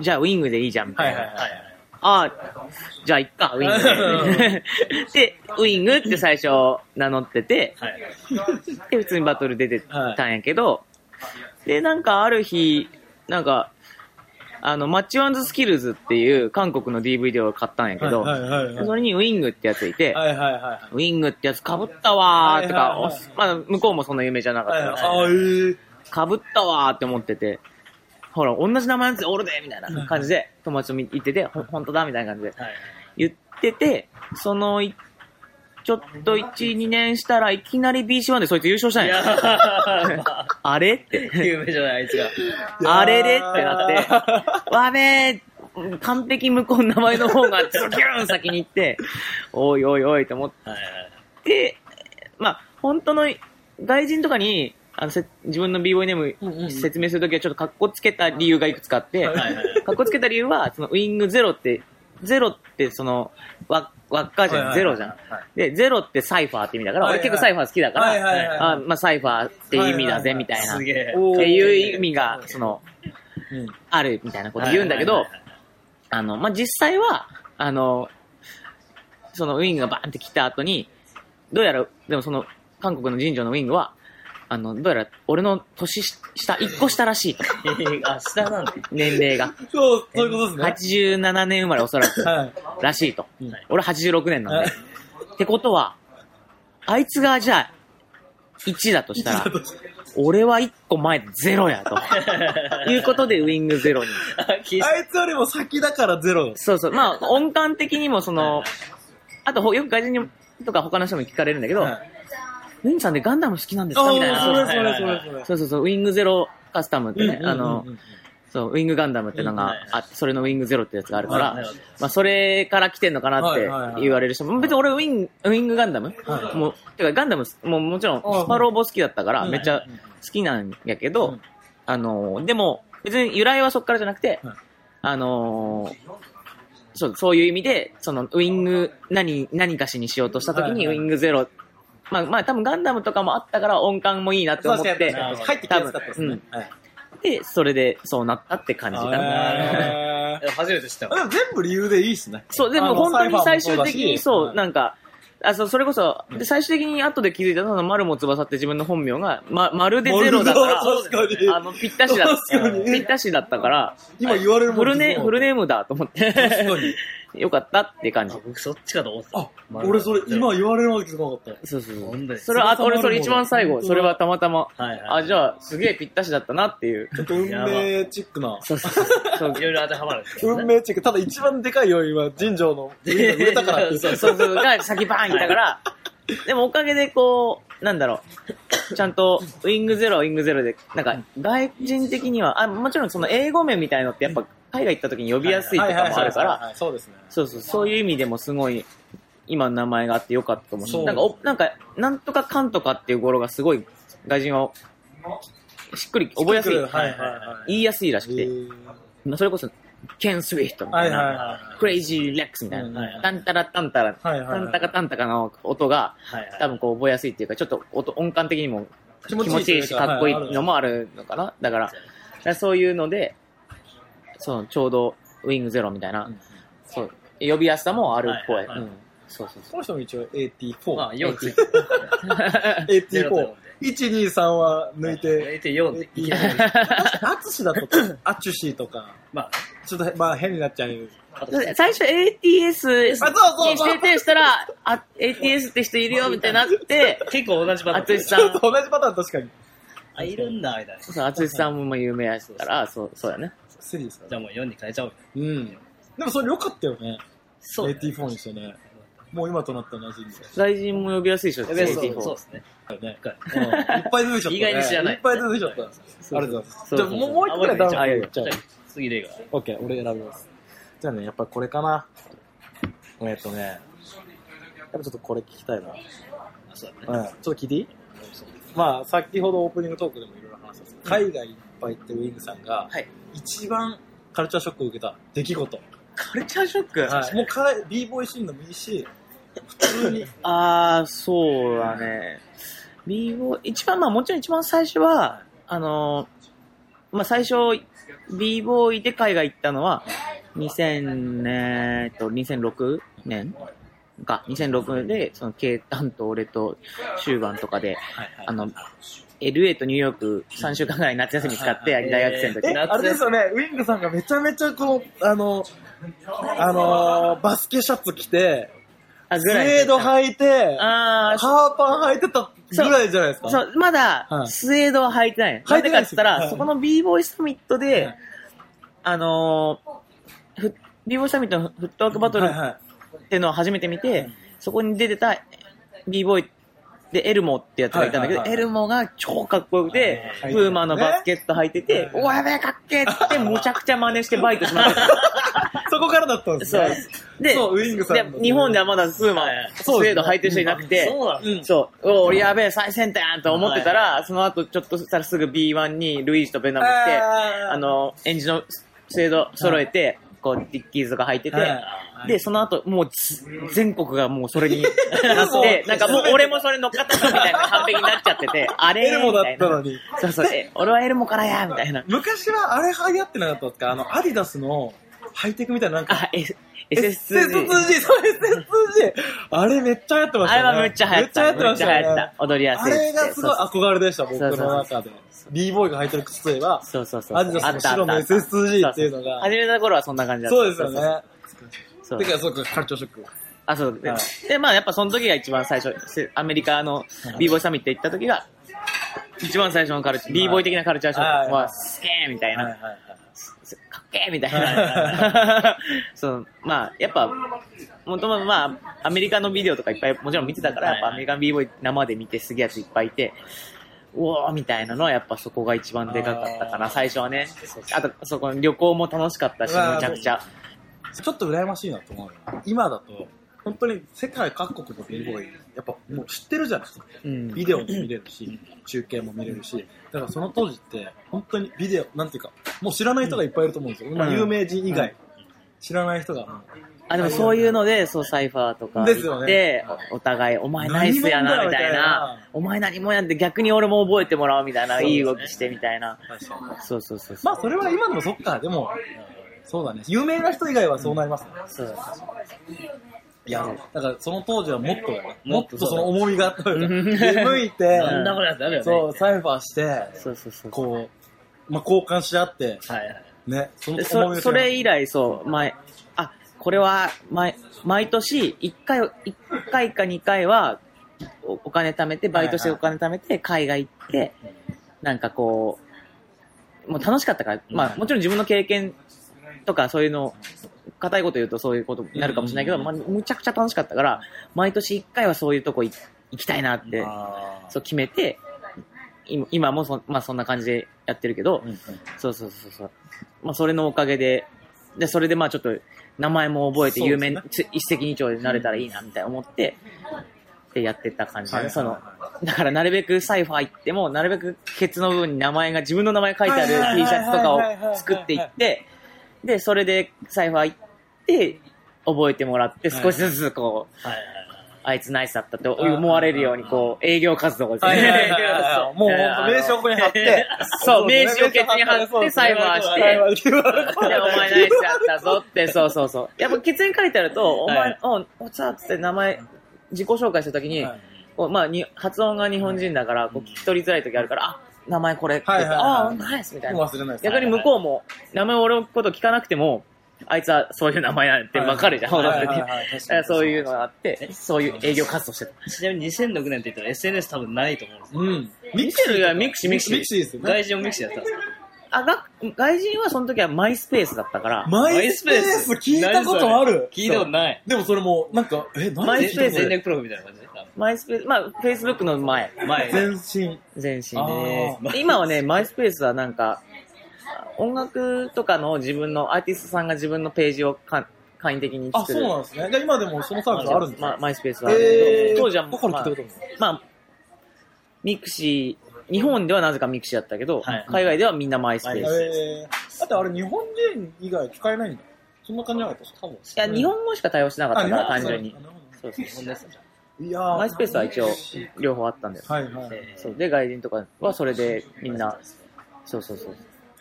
じゃあウィングでいいじゃん、みたいな。
はい。
ああ、じゃあいっか、ウィン グで。で、ウィングって最初名乗ってて、
はい。
で、普通にバトル出てたんやけど、で、なんかある日、なんか、あの、マッチワンズスキルズっていう韓国の DVD を買ったんやけど、
はいはいはいはい。
それにウィングってやついて、
はいはいはい。
ウィングってやつかぶったわーと
はいは
か、
いはい
おすまあ、向こうもそんな有名じゃなかっ
は
た
い
か
はい、
ら、
ああ、ええ
かぶったわーって思ってて、ほら、同じ名前のやつおるでみたいな感じで、友達と見行ってて、ほほんとだみたいな感じで
はい。
言ってて、その、いちょっと1、2年したらいきなり BC1 でそいつ優勝したん
いや
や。
ー
あれって。
有名じゃない、あいつが。
あれれってなって、わべー完璧向こうの名前の方 がズキューン先に行って、おいおいおいと思って
はいはい
で、まあ、本当の外人とかに、あの、せ自分の b イネーム説明するときはちょっとカッコつけた理由がいくつかあって、
はいはい
カッコつけた理由は、そのウイングゼロって、ゼロってその、わ、輪っかじゃん、
はいはいはい
ゼロじゃん。で、ゼロってサイファーって意味だから、
はいはい
俺結構サイファー好きだから、
はいはいはい
あまあサイファーって意味だぜ、みたいな、
すげえ。
おー
っていう意味が、その、
うん
あるみたいなこと言うんだけど、
はいはいはい
あの、まあ、実際は、あの、そのウィングがバーンって来た後に、どうやら、でもその、韓国の神社のウィングは、あの、どうやら、俺の年下、一個下らしいと。
はいあ、下なんだ。
年齢が。
そう、そういうことですね。
87年生まれおそらく、
はい。
らしいと
うん。
俺86年なんで。ってことは、あいつがじゃあ、1だとしたら、俺は1個前で0やと。いうことで、ウィング0に。
気
あいつよりも先だからゼロ。
そうそう。まあ、音感的にも、その、あと、ほよく外人にとか他の人にも聞かれるんだけど、
はい
ウィンさんでガンダム好きなんです
あ
か
あ、
み
そ
たい
れそ
な。
れそれそれ。
そうそうそう、ウィングゼロカスタムってね、あの
うんうん、
そう、ウィングガンダムって
う
の
ん
が
はいはい
あって、それのウィングゼロってやつがあるか
はいは
ら
い、
まあ、それから来てんのかなっ
はいはいは
て
い
言われる人も、別に俺ウィン、ウィングガンダム
はい
もう、てかガンダム、もうもちろん、
あ
スパローボ好きだったから、
うん
めっちゃ好きなんやけ
う
ど
ん、
あのー、でも、別に由来はそっからじゃなくて
うん、
あのー、そう、そういう意味で、その、ウィング、何、何かしにしようとした時に、ウ
はいはい
ィングゼロ、まあまあ多分ガンダムとかもあったから音感もいいなって
そう
思
で
っ
すね
て、
入ってきてやすかったですね。はい
で、それでそうなったって感じだな。
へー
初めて知ったわ。
でも全部理由でいいしね。
そう、でも本当に最終的にそう、
な
なんか、あそうそれこそ、で最終的に後で気づいたのは、丸も翼って自分の本名が、ま、まるでゼロだから、
確かに。
あの、ぴったしだった。
確かに
ぴったしだったから、
今言われるも
フ
ん
ルネ、フルネームだと思って。
確かに。
よかったって感じ
あ。僕そっちかと思ってた。
あ、俺それ今言われるまで気づかなかっ
そうそうそ
本当
う。
です
それは、あ
それは
俺それ一番最
本
後、
当だ
それはたまたま、
はいはい。
あ、じゃあ、すげえぴったしだったなって いう。
た。ちょっと運命チックな。
そうそうそう。そう
いろいろ当てはまるんですけどね
運命チック。ただ一番でかい要因は尋常の売れたからっていう。
そうそうそう、が先バーン行ったから、でもおかげでこう、なんだろう、ちゃんと、ウィングゼロはウィングゼロで、なんか、外人的には、あ、もちろんその英語名みたいのってやっぱ、海外行った時に呼びやすいとかもあるから、。
そうですね。
そうそう、そういう意味でもすごい、今の名前があってよかったと思う
そ
し、
う
なんかお、なんか、なんとかかんとかっていう語呂がすごい、外人は、しっくり、覚えやすい。
はいはいはい。
言いやすいらしくて、
へー
まあそれこそ、ケン・スウィフトみた
はいいはい
な、
は
クレイジー・レックスみたい
うんはいは
な、
い
タンタラタンタラ、
はいはいは
タ
い
ンタカタンタカの音が、
い。はい
多分こう覚えやすいっていうか、ちょっと音音感的にも
気
気
持ちいい
持ちいいし、
というか
かっこいい
はい
のもあるのかな。だから、だからそういうので、そのちょうどウィングゼロみたいな、
うん
そう、呼びやすさもあるっぽい。
はいはいはい
うんそうそうそ
この人も一応84。
まあ、4つい
84。
0
123は抜いて、
いて4で。
いけない。アツシだとか、アチュシーとか、
まあ、
ちょっと、まあ変になっちゃう。
あと
う。最初 ATS に
あ、そうそうそう
設。定したら、あ、ATS って人いるよみたいになって、
結構同じパターン。
淳さん
同じパターン確かに。
あ、いるんだ、みたいな。じ
そう、淳さんも有名やしから、そう、そうやね。
セリですか
ゃあもう4に変えちゃおう。
うん。でもそれ良かったよね。
そ
84にしてね。もう今となったら馴染んで。
外人も呼びやすいでしょ、
そうそう
AT4
で。すね。
ねうんいっぱい出てきちゃったね。
意外に知らない
いっぱい出てきちゃった。ありがとうございます。
そう
じ
そ
ゃ
う
あ
そう
もうもう一個ぐらいダウンロードいっち
じ
ゃ
ゃ
う
あ。、次例が。
オッケー、俺選びます。じゃあね、やっぱこれかな。えっとね、やっぱちょっとこれ聞きたいな。
あ、そうだね。
うん、ちょっと聞いていいまあ、先ほどオープニングトークでもいろいろ話したんですけど、海外いっぱい行ってるウィングさんが、
はい
一番カルチャーショックを受けた出来事。
カルチャーショック
はい、もうから、b ボーイシーンでもいいし、普通に。
あー、そうだね。b ボーイ一番、まあもちろん一番最初は、あのーまあ最初、b ボーイで海外行ったのは、2000年、えっと、2006年か、2006で、その、ケイタンと俺と、シューバンとかで、あの、LA とニューヨーク3週間ぐらい夏休み使って、大学生の時
え、
に。
あれですよね、ウィングさんがめちゃめちゃこの、あの、あのーバスケシャツ着て、
あ、
スウェード履いて、
あー、
ハーパン履いてたぐらいじゃないですか。
そう、まだ
は、い
スウェードは履いてない。
履
履
いてな
いてないい
で
ですす
よ
た
はい
ら、そこの b ボーイサミット
は
で
い、
あのー、ふ b ボーイサミットのフットワークバトル
はいはい
っていうのを初めて見て、そこに出てた b ボーイでエルモってやつがいたんだけど、
はいはいはい
エルモが超かっこよくて
は、い
プーマのバスケット履いてて
ね、
おやべえかっけえってむちゃくちゃ真似してバイトしました。
そこからだったんです
そう
ね。。
で、
そうウィングさんの
で日本ではまだスーマ、スウェード履いてる人いなくて、
そうなん
うんそう、お俺やべえ、最先端と思ってたら、その後ちょっとしたらすぐ B1 にルイージとベナム来て、
あー
あの、エンジンのスウェード揃えて、こう、ディッキーズとか履いてて、
はい
で、その後、もうず、全国がもうそれに なっ
も
て
う、
なんかもう俺もそれ乗っかったぞみたいな完璧になっちゃってて、あれ
エルモだ
み
ったた
いな
のに。
そうそう、え俺はエルモからやみたいな。
昔はあれ流行ってなかったんですかあの、アディダスのハイテクみたいななんか。
あ、え
SS2G
SS2G。
そう、SS2G。あれめっちゃ流行ってまし
あ
た
れ
よね。
はめっちゃ流行った。
めっちゃ流行ってました
めっちゃ流行
よ
っ
ね。
た。踊りやす
あ
いっつって。
れがすごい憧れでした、僕
そうそう
の中で。b ボーイが履いてる靴といえば、
そうそうそう。
アディダスの白の
あったあった
SS2G っていうのが。
始めた頃はそんな感じだった。
そうですよね。
そう
てか、そうか、カルチャーショック。
あ、そう。で
はい、
でまあやっぱその時が一番最初、せアメリカの b ボーイサミット行った時が、一番最初のカルチャー、b ボーイ的なカルチャーショッ
はい
クは、すげえみたい
はいはい
な、
はい。
かっけえみたい
は
な。 そう、まあやっぱ、もともとまあ、アメリカのビデオとかいっぱいもちろん見てたから、やっぱアメリカン b ボーイ生で見てすげえやついっぱいいて、うおーみたいなのはやっぱそこが一番でかかったか
あ
な、
ー
最初はね。あと、そこの旅行も楽しかったし、
うわー
むちゃくちゃ。
ちょっと羨ましいなと思うよ今だと、本当に世界各国の b ボーイ、やっぱもう知ってるじゃないですか。
うん
ビデオも見れるし、中継も見れるし、だからその当時って、本当にビデオ、なんていうか、もう知らない人がいっぱいいると思うんですよ。まあ有名人以外、知らない人が。
あ、でもそういうので、そう、サイファーとか行って、
ですよね
おお互い、お前ナイスやな、
何者だ
みたい
みたいな
な。お前何もやんで、逆に俺も覚えてもらおう、みたいな。
そうですね
いい動きして、みたいな。そうそうそうそう。
まあそれは今でもそっか、でも、そうだね。有名な人以外はそうなりますね。
そう
いや、だからその当時はもっとだよね、も
も
っ
っ
と
と
そ
そうだね
の重みがあったという
う
か、
ん
出向いて、
そんなことやつダメよね。
そう、サイファーして、
そうそうそう。
こう、まあ、交換し合って、
はいはい。
ね、その重
で
み
そ
が
それ以来、そう、前、あ、これは、毎、毎年、一回、一回か二回は、おお金貯めて、バイトして
は
お
い
金貯めて、海外行って、なんかこう、もう楽しかったから、まあ、もちろん自分の経験とか、そういうの、硬いこと言うとそういうことになるかもしれないけど、まあ、むちゃくちゃ楽しかったから、毎年一回はそういうとこ行行きたいなって、
あー
そう決めて、今今もそ,、まあ、そんな感じでやってるけど、
うんうん
そうそうそうそう。まあ、それのおかげで、で、それでまあちょっと、名前も覚えて
そうで
有
すね
名、つ一石二鳥になれたらいいな、みたいな思って、で、やってった感じだ
は
ね。
い
その、だからなるべくサイファー行っても、なるべくケツの部分に名前が、自分の名前書いてあ
はいはいはい
る
はい
T シャツとか
はいはいはいはい
を作っていって、で、それでサイファー行って、覚えてもらって、
はい
少しずつこう、
はい
あいつナイスだったって思われるように、こう、営業活動をです
はいはいは いは
ね。
い。もう本当名刺をここに貼って。
そう、名刺をケツに貼って、サイファーして、
て
で、お前ナイスだったぞって、そうそうそう。やっぱ血縁書いてあると、お
は
前
い、
お、お茶って名前、自己紹介したときに、こうまあに、発音が日本人だから、こう聞き取りづらいときあるから、あ、名前これって言って、
はいはいはい
ああ、ナイスみたい
もう
な。
忘れないです。
逆に向こうも、名前を俺のこと聞かなくても、あいつはそういう名前なんてわかるじゃん、
はい
だ
はいはい
か
はい確からに
そういうのがあって、そういう営業活動してた。
ちなみに2006年って言ったら SNS 多分ないと思うんですよ。
うん。ミ
ミクシーがミクシー、ミ
ミ
ク
ク
シー
シ。ーですよね。
外人をミクシーやってたんですよ。
あ、が外人はその時はマイスペースだったから、
マイスペース聞いたことある
聞いたことない。
でもそれも、なんか、え、何
マイスペース
全力プロフみたいな感じで
マイスペース、まあ、フェイスブックの前、
前。
全身。
前身
あ
で
ー
す。今はね、マイスペースはなんか、音楽とかの自分の、アーティストさんが自分のページをか簡易的に
あ、
作
そう
る。
なんですね。じゃあ今でもそのサービスあるんです
まあ
か
マイスペースはあるけ
え
ど。
ー
当時は
だ
も
か
う、
ら
ま
聞いた
あ
ことあるんです
まあ、ミクシー、日本ではなぜかミクシーだったけど、
はい
海外ではみんなマイスペース。い
えーだってあれ日本人以外使えないんだ。そんな感じじゃなかったですか多分。
や、日本語しか対応してなかったから、単純に
あ。日本
そうそう。
いやー
マイスペースは一応、両方あったんだよ。
はいはい。
そう。で、外人とかはそれでみんな、そうそうそう。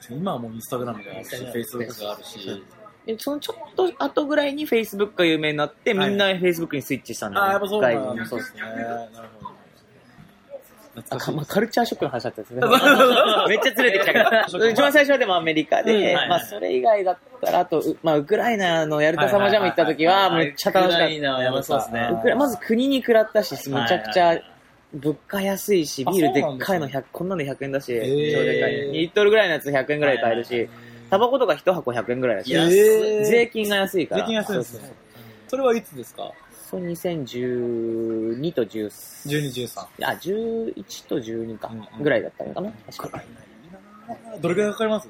今はもうインスタグラムがあるし、フェイスブックがあるし。
で、そのちょっと後ぐらいに Facebook が有名になって、
はい
みんな Facebook にスイッチしたんだ
ああ、
よ、
やっぱそうなんだ
外人そうです
ね。なるほど。
あかまあカルチャーショックの話だったですね。 めっちゃ連れてきたから。一番最初はでもアメリカ
うん
で、
はい
まあそれ以外だったら、あと、うまあウクライナのヤルタサマジャム行った時は、めっちゃ楽しかっ
いな、やばそうですね。
た。ウクラまず国に食らったし、めちゃくち
はい
ゃ
はい
物価安いし、ビールでっかいの100、こんなの100円だし、超でかい。
へー
2リットルぐらいのやつ100円ぐらいで買える
は
し、タバコとか1箱100円ぐらいだし、
安い
税金が安いから。
税金安いです
そうそう
ね。それはいつですか
そう2012と13。
?12、13。
あ、11と12か
うんう。ん
ぐらいだったのかな。確か
どれくらいかかります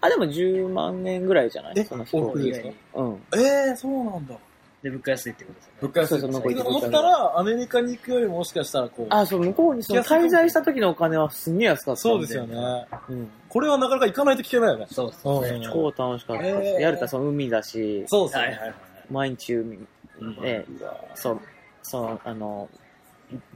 あ、でも10万円ぐらいじゃない
え
その飛
往
行
復
機。
ですか
うん。
ええ、そうなんだ。
で、物価安いってことですね。
物価安い
そうそう向こう行って
思ったら、アメリカに行くよりもしかしたらこう。
あ、そう、向こうにその滞在した時のお金はすんげえ安かったん
そうですよ。ね。
うん。
これはなかなか行かないと聞けないよね。
そうです。
うん
超楽しかったです。
えー
やるたその海だし、
そうですよ
はいはい
ね。
毎日海で、
うわ
そう、その、あの、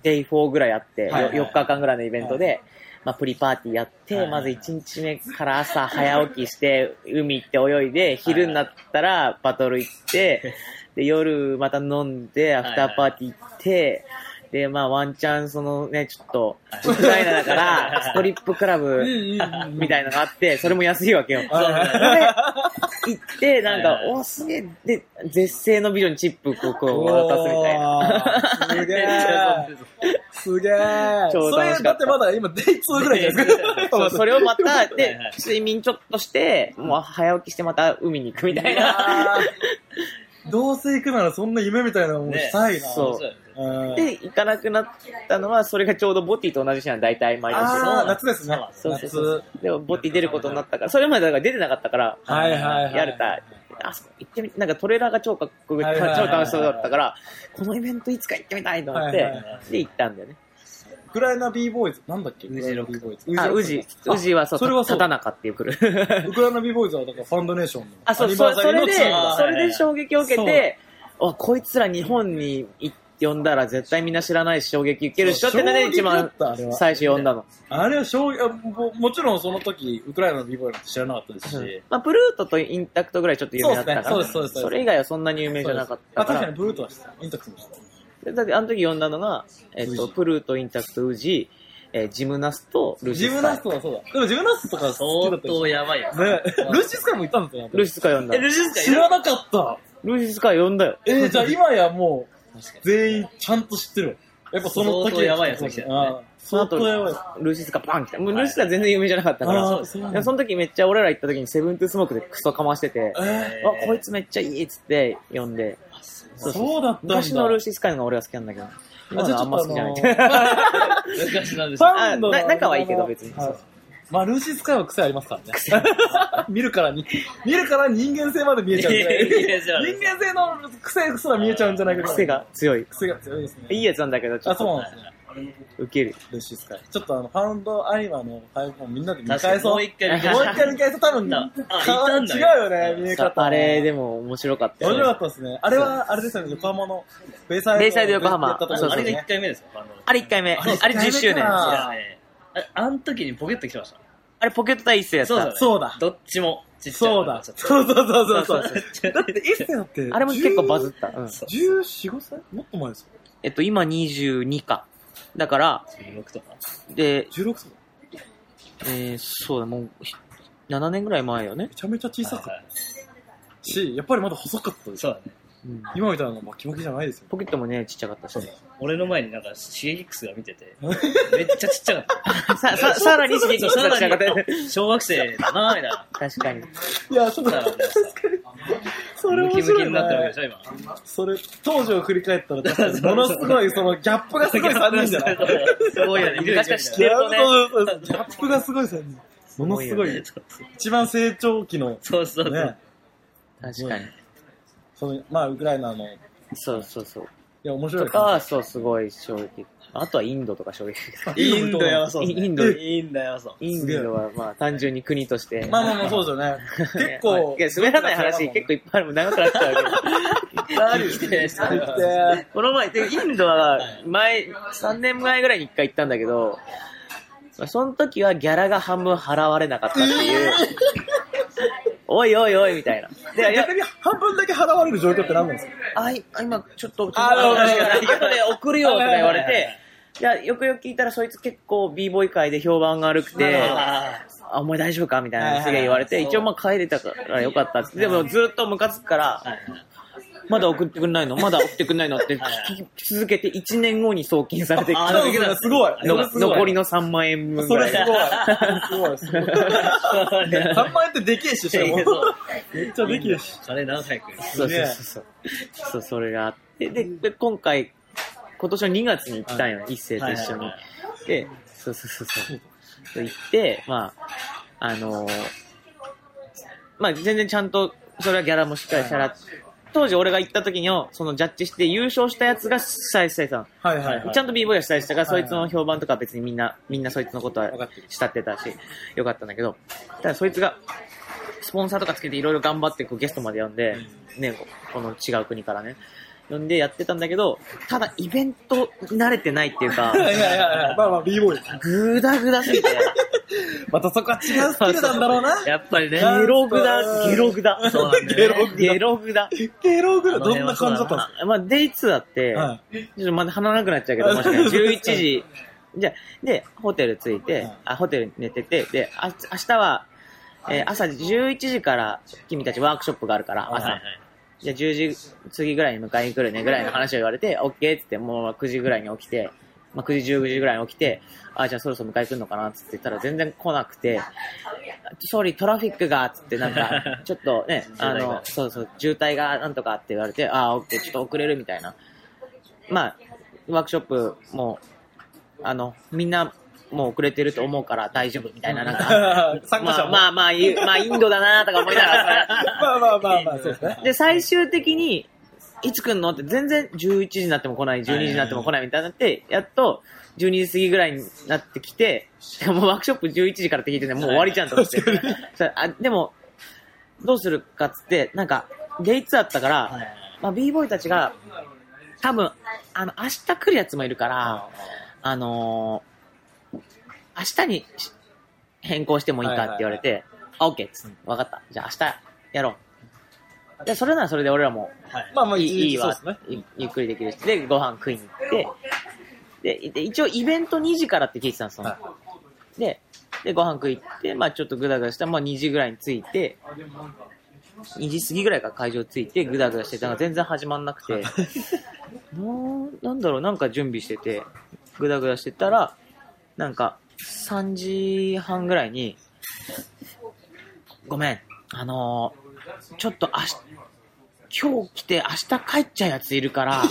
デイ4ぐらいあって、よ
はいはい
4日間ぐらいのイベントで、まあ、プリパーティーやって、
はいはい
まず1日目から朝早起きして、海行って泳いで、昼になったらバトル 行って、で、夜また飲んで、アフターパーティー行って、で、まあ、ワンチャン、そのね、ちょっと、ウクライナだから、ストリップクラブ みたいのがあって、それも安いわ けよ。
はいはい
それ行って、なんか
はい、はい
おすげえ、で、絶世の美女にチップこう、こう渡すみたいな。
な。 すげえ。すげえ。
超楽
それ
しかった
だってまだ今、デイ2ぐらいじゃないですか。
そうそれをまた、
はい
で
はい、
睡眠ちょっとして、もう早起きしてまた海に行くみたい
いや
な。
ーどうせ行くならそんな夢みたいなのもしたいな。
ねそう
うん。
で、行かなくなったのは、それがちょうどボティと同じ日なんだ、大体毎
あー
年。
夏ですね。
そうそうそう
夏。
でも、ボティ出ることになったから、それまでだから出てなかったから、
はいはいはい。
やれた。あそこ行ってみ、なんかトレーラーが超かっこよく
は
て、
いはいはい
超楽しそうだったから、このイベントいつか行ってみたいと思っ
はい
て
はいは、
で行ったんだよね。
ウクライナ b ボーイズなんだっけ
宇治ロック
ウクライナ B ボーイズ
あ、宇治。宇治はそう、
それはそう
たたなかっていう来 る。
ウクライナ b ボーイズはだからファンドネーションの。
あ、そう、
アニ
そ
バー
う
サ
そ
リー
れ
の
で
チームだ、
それで衝撃を受け
はいはいは
て、あ、こいつら日本に呼んだら絶対みんな知らないし衝撃受けるっしょってので、
衝撃
一
だ
番
ったあれは
最初呼んだの。
あれは衝撃あも、もちろんその時、ウクライナの b ボーイなんて知らなかったですし。
うんまあ、プルートとインタクトぐらいちょっと有名だったか
そうで
ら、
すねそうですそうです
それ以外はそんなに有名じゃなかっ
あ、
たか
確かに
ら、
ブルートは知ってたインタクトも知って
でだってあの時呼んだのが、えっ
宇
と、
治
プルート、インタクト、宇治、えージムナスと
た
ルシ
ジ
スカ
ム
イ。
ナストはそうだ。でもジムナストとか好きだ
相
ったでしょ
当やばいよ。
ね、ルシスカイも行ったんだって
ルシスカイ呼んだ
え、
の。
ルジスカ
知らなかった。
ルシスカイ呼んだよ。
えー、じゃあ今やも
確か
う、全員ちゃんと知ってるわ。やっぱその時。
相当やばいやつが来たよね
あー相当やばい。
ルシスカバン来た。もう
はい
ルシスカ全然有名じゃなかったから。
あーそうなんだ
でもその時めっちゃ俺ら行った時にセブントゥースモークでクソかましてて、
えー
に。
わ、こいつめっちゃいいっつって呼んで、
そうだったんだ。
昔のルーシースカイのが俺は好きなんだけど、今のはあんま好きじゃない。
昔なんです
フ
よ。
ァンドの
あな仲はいいけど別に
はいまあ、ルーシー・スカイは癖ありますからね。見るからに、見るから人間性まで見えちゃうぐら い。
人間性ある
人間性の癖すら見えちゃうんじゃないかぐらい
癖が。強い。
癖が強いですね。
いいやつなんだけど、ちょ
あ、
っ
そう
と
なんですね。
ウケる。
ルシスカイ。ちょっとあの、ファウンドアニマのファイブもみんなで見
確か
返
に
そう。
もう一回見返
も
そう
う一回見返そう。多分、
あい
か
たんだ
違う
よ
よね、見え
さ
方。
あれ、でも面白かった
面
よ
白かったですね。あれは、あれですよね、横浜の、ベイサイド。
ベイサイド横浜
やったとこ
そう
あ
そう
れが
ですね
1回目ですよ。あの
あれ1回目。あれ
あれ
10周
一回目
年。
か
あ
あ
いやねああん時にポケット来てました。
れポケット第一声やっ
そうだ
た
ね。
そうだ
どっちもちっちゃい
そう
のが
だ。
ちょっと。
そうそうそうそう。
そう
だって、一世だって、
あれも結構バズった。うん
10。14、5歳もっと前ですよ。
えっと、今22か。だから、
16とか。
で、
16歳。
えー、そうだ、もう、ひ7年ぐらい前よね
め。ちゃめちゃ小さかっ
はいはい
たし、やっぱりまだ細かったです
そうだね。
うん
今みたいなのバキバキじゃないですよ。
ポケットもね、ちっちゃかったし。
俺の前になんか、シゲキックスが見てて、めっちゃちっちゃかった。
さ、さ、さらに刺激
さら
さら
に
に。
小学生だなぁ、みたいな。
確かに。
いや、ちょっと、
だから
確
ね
かに。それ
ム
面
キム
白
キ
い
になってるわけで
ね
し。ょ、今。
それ、当時を振り返ったら確かに、ものすごい、その、ギャップがすごい3人じゃない
すごいよね、いるよ
確かに知っ
ギ
て
ャ
る
ッ
と
プ
ね
そうそうそうギャップがすごい3人。ものすご
すごいよ
い、一番成長期の、
そうそうそう。
ね、
確かに。
その、まあ、ウクライナの、い
そうそうそう。
や、面白い
と
ですね。
か、そう、すごい衝撃。あとはインドとか衝撃。
インドやばそうですね。
インド
インドやばそう。
インドは、まあ、単純に国として。
まあまあまあ、そうですよね。結 構、
いや、滑らない話、結構いっぱいあるもん長くなっちゃうけど。
で
この前、でインドは前、3年前ぐらいに1回行ったんだけど、まあその時はギャラが半分払われなかった っていう、おいおいおいみたいな。で、いや
逆、に半分だけ払われる状況って何なんですか
あ、いあ今ちょっと、
あなるほど
後で送るよとか言われ
はいはい
て、いや、よくよく聞いたらそいつ結構 b ボーイ界で評判が悪くて、
あ
あ、お前大丈夫かみたい
はい
な
はい
すげえ言われて、一応まあ帰れたからよかったっつって。でもずっとムカつくから、まだ送ってくんないのまだ送ってくんないのって聞き続けて1年後に送金されてき
あ
た
ー。でも
すごい。そ
の
れすごい
残りの3万円分
そ
ぐら
れ
い
すごい。すごい、 すごい。3万円ってでけえし、し かも。めっちゃでけえし。
あれ何回来る
そうそうそうそう。そう、それがあって。で、で今回、今年の2月に行ったんよ、一斉と
は
一緒
いはい
に
は。
で、そうそうそうそう。と行って、まあ、あのーまあ全然ちゃんと、それはギャラもしっかりしたら、当時俺が行った時の、そのジャッジして優勝したやつが主催したさん。
はいはいはい。
ちゃんと b ボーイが主催したか
は
ら、
い
そ
はい
いつの評判とか別にみんな、みんなそいつのことは
分かってる
慕ってたし、よかったんだけど、ただそいつが、スポンサーとかつけていろいろ頑張ってこうゲストまで呼んで、ね、ここの違う国からね、呼んでやってたんだけど、ただイベント慣れてないってい うか、
いやいやいやいや、まあまあ、b ボーイ。
ぐだぐだすぎ て、
またそこは違うスキルなんだろうな。
やっぱりね、
なんか
ゲロぐだ、ゲロぐだ。
そうなんだ
ゲ
よね
ロゲロぐだ。
ゲロぐらい、どんな感じだったん
あまあ、デイ2だって、
ですかはい。
ちょっとまだ鼻なくなっちゃうけど、もしかして11時。じゃあで、ホテル着いて、あ、ホテル寝てて、で、あ明日は、えー朝11時から君たちワークショップがあるから、
はい
朝。
はい
じゃあ10時過ぎぐらいに迎えに来るねぐらいの話を言われて、OK ってって、もう9時ぐらいに起きて、まあ、9時、10時ぐらいに起きて、あ、じゃあそろそろ迎え来るのかなって言ったら全然来なくて、総理トラフィックが、っつってなんか、ちょっとね、あ
渋滞
の
が、
そうそう、渋滞がなんとかって言われて、あ、OK、ちょっと遅れるみたいな。まあ、ワークショップも、あの、みんな、もう遅れてると思うから大丈夫みたいな、な んか、
参加者
まあ
も。
ま
まあ
あまあ言う、まあインドだなとか思いながら、それ
まあまあまあ、そうですね。
で、最終的に、いつ来んのって全然11時になっても来ない、12時になっても来ないみたいになって、やっと12時過ぎぐらいになってきて、 しかもワークショップ11時からって聞いてね、もう終わりじゃんと思って。 さあでも、どうするかっつって、なんか、デイツだったから、まあ、b ボーイたちが、多分、あの、明日来るやつもいるから、あのー明日にし変更してもいいかって言われて、あ、オッケーっつって、わかった。じゃあ明日やろう。で、それならそれで俺らも
まあまあ、
い
一
いい
日
い
そう
わ
ですね。
ゆゆっくりできるし、で、ご飯食いに行って、で、で一応イベント2時からって聞いてたんですよ。
は
で、で、ご飯食い行って、まあちょっとぐだぐだしたら、まあ2時ぐらいに着いて、2時過ぎぐらいから会場着いて、ぐだぐだしてたのが全然始まんなくて、ななんだろう、なんか準備してて、ぐだぐだしてたら、なんか、3時半ぐらいに、ごめん、あのーちょっと明日、今日来て明日帰っちゃうやついるから、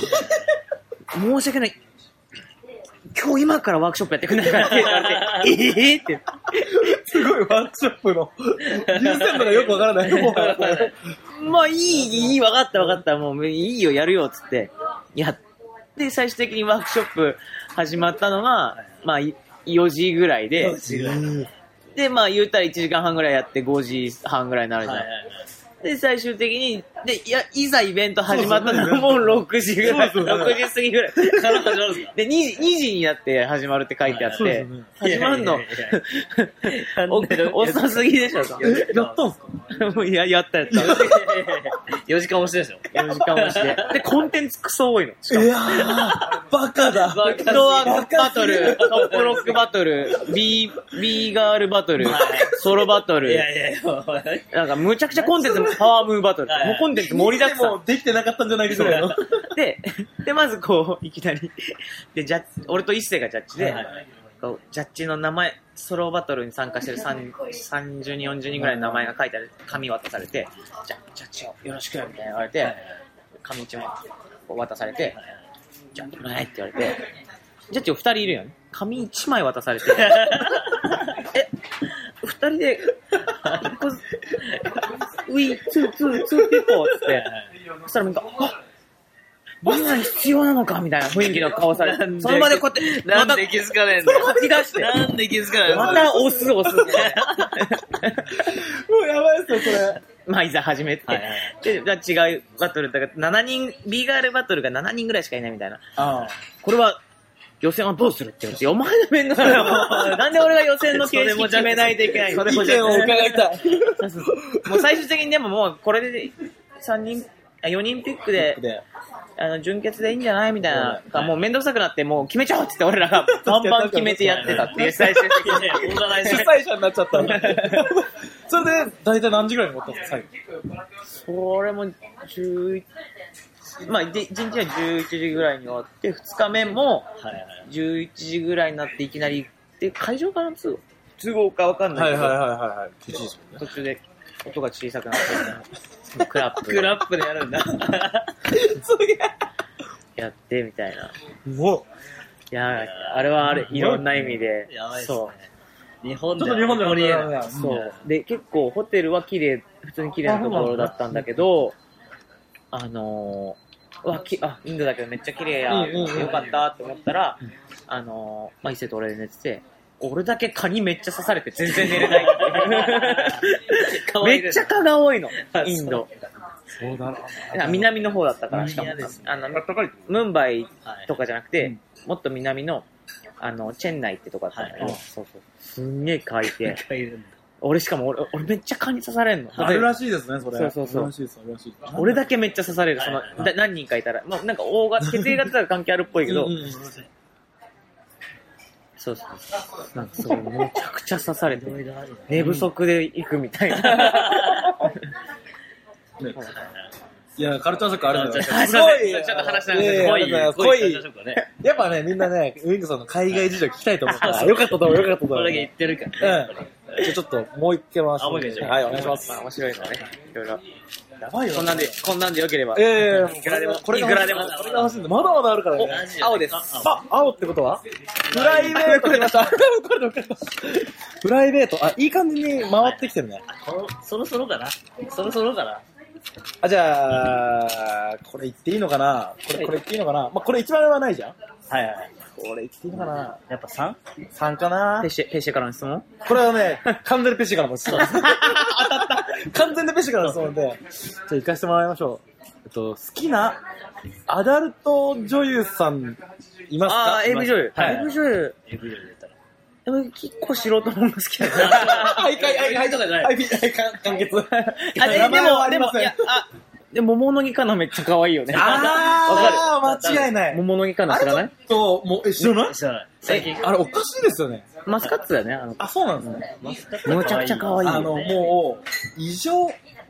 申し訳ない。今日今からワークショップやってくんないからって言われて、えぇ、って。
すごいワークショップの、優先度がよくわからない。もう
まあいい、いい、わかったわかった、もういいよ、やるよ、つって。やって、最終的にワークショップ始まったのが、まあ、い4時ぐらいで、で、まあ、言うたら1時間半ぐらいやって5時半ぐらいになるじゃん。で、最終的に、で、いや、いざイベント始まったのはもう6時ぐらい、
そうそう
6時過ぎぐらい。
から始まるんですか
で2時、2時になって始まるって書いてあっ
そうで
て
す、ね。
始まんの
いやいやいやいや
お遅すぎでしょ、
え、やったんすか
もういや、やったやった。
4時間押しでしょ。
4時間押して。で、コンテンツクソ多いの。
いやー、バカだ。
バ
フットワークバトル、トップロックバトル、B、B ガールバトル、ソロバト
い
ル、
やいやいや、もうね
なんかむちゃくちゃコンテンツもパワームーブバトル、
はい
もうコンテンツ盛りだくさ
も
ん。
うできてなかったんじゃないかぐらいの。
で、で、まずこう、いきなり、で、ジャッジ、俺と一世がジャッジで
はい、
こうジャッジの名前、ソロバトルに参加してる3 30人、40人ぐらいの名前が書いてある、紙渡されて、じゃ、ジャッジをよろしく、みたいな言われて、紙一枚こう渡されて、じゃあ、もらえって言われて、ジャッジお二人いるよね。紙一枚渡 されて、え、二人で、こう we, two, two, two people っつって、そしたらなんか、あバナナ必要なのかみたいな雰囲気の顔されて、 その場でこうやって、
な
ま
ん
た
で気づかねえん
そ
だ
れ
よ
書き出して、
なんで気づかない
ま
んだよ
た押す押す。
もうやばいっすよ、これ。
まあ、いざ始めて、
はいはい
で、じゃあ違うバトルだから、7人、B ガールバトルが7人ぐらいしかいないみたいな。
ああ。
これは、予選はどうするって言うんですよ。お前の面倒だ よ。なんで俺が予選の形式決めないといけないの
意見を伺いたい。
そうそうそうもう最終的にでももうこれで3人、あ4人ピックで、
で、
あの、準決でいいんじゃないみたいな、もう面倒くさくなって、もう決めちゃおうって言って俺らがバンバン決めてやってたっていう、最終的に。
オーガナイ
主
ズ
催者になっちゃったんだ。それで、大体何時ぐらいに持ったんですか、最後。
それも11、まあ、で1日は11時ぐらいに終わって、2日目も11時ぐらいになって、いきなり、で、会場からの通通報かわかんない
はい
け
はい
ど、
はいはいはい。11時ですもんね。
途中で音が小さくなって、クラップ
クラップでやる んだ。
やってみたいな。
うわ
いや、あれはあれ、いろんな意味で
やばい、っすね
そ。、
日本
ち
で
ょ
は
っと日本でも
ありえない
ないう
そう。で、結構ホテルは綺麗、普通に綺麗なところだったんだけど、あのー、うわ、き、あ、インドだけどめっちゃ綺麗や、
うんうんうん
よかったって思ったら、あのー、まあ、伊勢と俺で寝てて、俺だけ蚊にめっちゃ刺されて全然寝れないっていう。
可愛い
めっ
です
ちゃ蚊が多いの
あ、
インド。
そうだな。
な南の方だったから、しかも
南です。
あの、ムンバイ
はい
とかじゃなくて、もっと南の、あの、チェンナイってとこだったんだけど、
はい
そうそう。すんげえ蚊いて、
いるんだ
俺しかも俺、俺めっちゃ蚊に刺されんの。
あるらしいですね、それ。
そうそうそう
あるらしいです、あるらしいです。
俺だけめっちゃ刺される、その
はい、
だ何人かいたら。まあ、なんか、大型、血液型とか関係あるっぽいけど
うん、うんうん
そうそうそう。なんか、すごい、めちゃくちゃ刺 されて、寝不足で行くみたいな。
ねいや、カルチャーショックあるんだよ。
カル
す
チャーショック
ごい。
ちょっと話した
いやいやありがとうござ
濃
います
い
濃い。やっぱね、みんなね、ウィングさんの海外事情聞きたいと思うから、よかったと思う、よかったと思
こ
う。
れだけ言ってるから。
うん。じゃあちょっと、もう一回回
あもう一
して。
回
はい、お願いします。
まあ、 面白いのはね、いろいろ。
やばいよ。
こんなんで、こんなんで良ければ。
ええ
いくらでも、
これ
い
が
くらでも。
これが欲しいんだ。まだまだあるからね。
お
青です。
あ、青ってことはプライベート来ました。 これで分かりました プライベート。あ、いい感じに回ってきてるね。
こそろそろかなそろそろかな
あ、じゃあ、これ言っていいのかなこれ、これ言っていいのかなまあ、これ一番上はないじゃん
はいはい。
これ言っていいのかな
やっぱ 3?
3かな
ペシェ、ペシェからの質問
これはね、完全にペシからの質問です。当たった完全にペシからの質問で、じゃあ行かせてもらいましょう。えっと、好きなアダルト女優さんいますか
ああ、AV 女優。
はい
AV 女優。
AV で言ったら。
でも結構素人もの好きだ な。
はい、はい、はい、はい、
とかじゃ
は、
ない
はい、完結。
あ、でで
名前は
も、
あ
で
りま
も、
せん
いや、あ、でも、桃の木かなめっちゃ可愛いよね。
あ
わか
ー、
る
間違いない。
桃の木かな知らない
と、もう、え、知らない
知らない。最近
え、あれおかしいですよね。
マスカッツだよね、あの、
あ、そうなんですね。
マスカット
むちゃくちゃ可愛い
あ
よね
の、。もう、異常。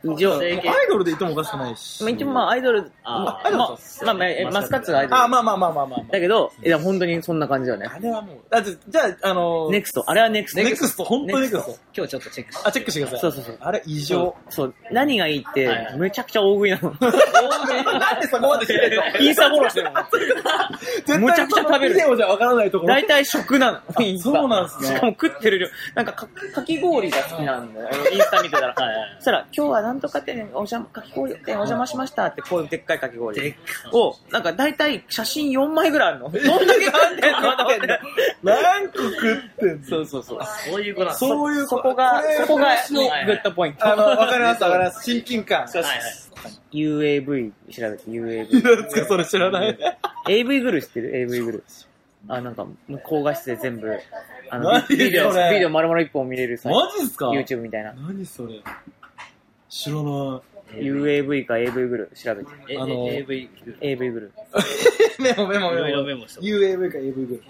もう
以上。
アイドルでいてもおかしくないし。
まあ、一応まあアイドル、
あ
まあ、
ー
まあまあまあえマスカッツがアイドル。
あ、まあまあまあまあまあま
だけど、いや、本当にそんな感じだよね
あ。。あれはもう、だって、じゃあ、あの、
ネクスト、あれはネクスト。
ネクスト、本当にネクスト。
今日ちょっとチェックして。
あ、チェックしてください。
そうそうそう
あれ、異
そ
常。
うそう。何がいいっ
はい
て
は、い
めちゃくちゃ大食いなの。
なんでそこまでしてるの
インスタフォローしてる
絶対
むちゃくちゃ食べる
ビデオじゃわからないところ
だ。いたい食なの。インスタ
そうなんすね
しかも食ってる量。なんかか、かき氷が好きなんだよ。インスタ見てたら。
はいはい
そしたら、今日はなんとか店、お邪魔、かき氷店お邪魔しましたって、こういうでっかいかき氷。を、なんか大体写真4枚ぐらいあるの。どんだけ買ってんのと思って。
何個食ってんの
そうそうそう。
そういうことなんだ。
そういう
そ
こ
ことが、そこが、
話の
グッドポイント。
あの、わかりますわかります。親近感。
はいはい。
UAV 調べて、UAV。
何ですか、それ知らない。
AV グルー知ってる ?AV グルー。あ、なんか、向こう画質で全部、あの、
何
ビビデオ、
それ
ビデオ丸々一本見れるさ、
マジっすか
YouTube みたいな。
何それ知らない。
UAV か AV グルー調べて。
え
あの
AV、
AV グル
メモメモ
いろいろ
メ
メ
モ。
モしてお
UAV か AV ぐらい。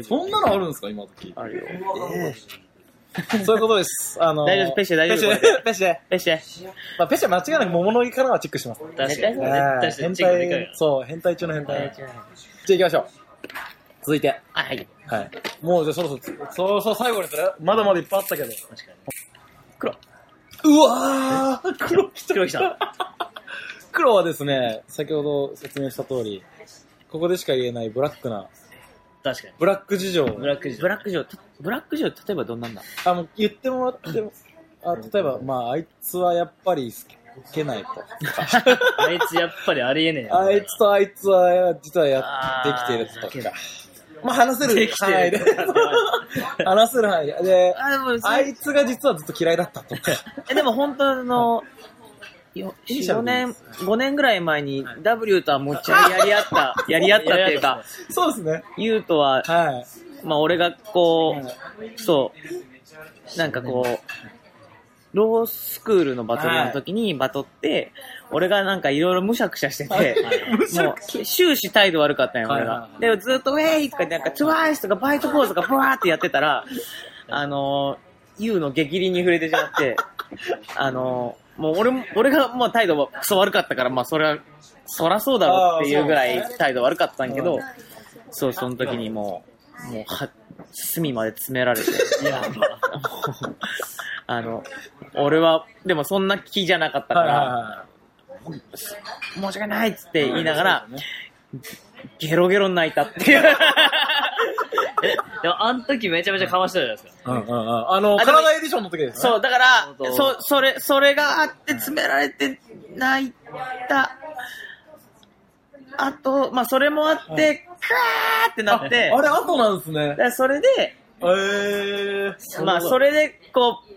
UAV。
そんなのあるんですか今時
ー。あるよ。
そういうことです。あの
大丈夫ペシェ大丈夫
ペシェ、ペシェ。
え、して。
まあ、ペシェ間違いなく桃の木からはチェックします。
確かに。
絶対そうだ
は
絶
い
対そう
変
だチェックでかい
態
か、
そう、変態中の変態。
大
じゃあ行き
丈夫
ましょう。続いて。
あ、はい。
はい。もうじゃあそろそろ、そろそろ最後にするまだまだいっぱいあったけど。
ら。確かに。
黒。
うわー黒来た
黒木さん。
黒はですね、先ほど説明した通り、ここでしか言えないブラックな、
確かに。
ブラック事情。
ブラックジ
ブラック城、たブラック城、例えばどんなんだ
あの、言ってもらっても、あ例えば、まあ、あいつはやっぱり好けないと。
あいつやっぱりありえねえよ
あいつとあいつは、実はやっ
あ
で
ー
きてるとか。まあ、話せる範囲で。話せる範囲で。で、
あ、でも、
あいつが実はずっと嫌いだったとか。
え、でも本当あの、よ
イニシャ
4
ルでいいで
年、5年ぐらい前に W とはもっちゃやり合 った、やり合ったっていう
やり合
か
っ、
そうですね。
U と
は
は、
い。
まあ俺がこう、そう、なんかこう、ロースクールのバトルの時にバトって、俺がなんかいろいろむしゃくしゃしてて、 もう終始態度悪かったんよ、俺
はい
が
は。
で、ずっとウェイとか、なんか TWICE とかバイトポーズとかブワーってやってたら、あのー、U の激鱗に触れてしまって、あのー、もう俺も、俺がまあ態度はクソ悪かったから、まあそれは、そらそうだろうっていうぐらい態度悪かったんやけど、そう、その時にもう、もう、は、隅まで詰められて。いや、あの、俺は、でもそんな気じゃなかったか
はいはい
ら、
は
申し訳ないっつって言いながら、ゲロゲロ泣いたっていう。
え、でもあの時めちゃめちゃかましてたじゃないで すか。
い。うんうんうん。あの、
あでも
体エディションの時ですね。
そう、だから
なる、ほど
そ、それ、それがあって詰められて泣いた。あと、まあ、それもあって、カーってなって、
あれ、後なんですね
だ。からそれで、
えー。
まあ、それで、こう、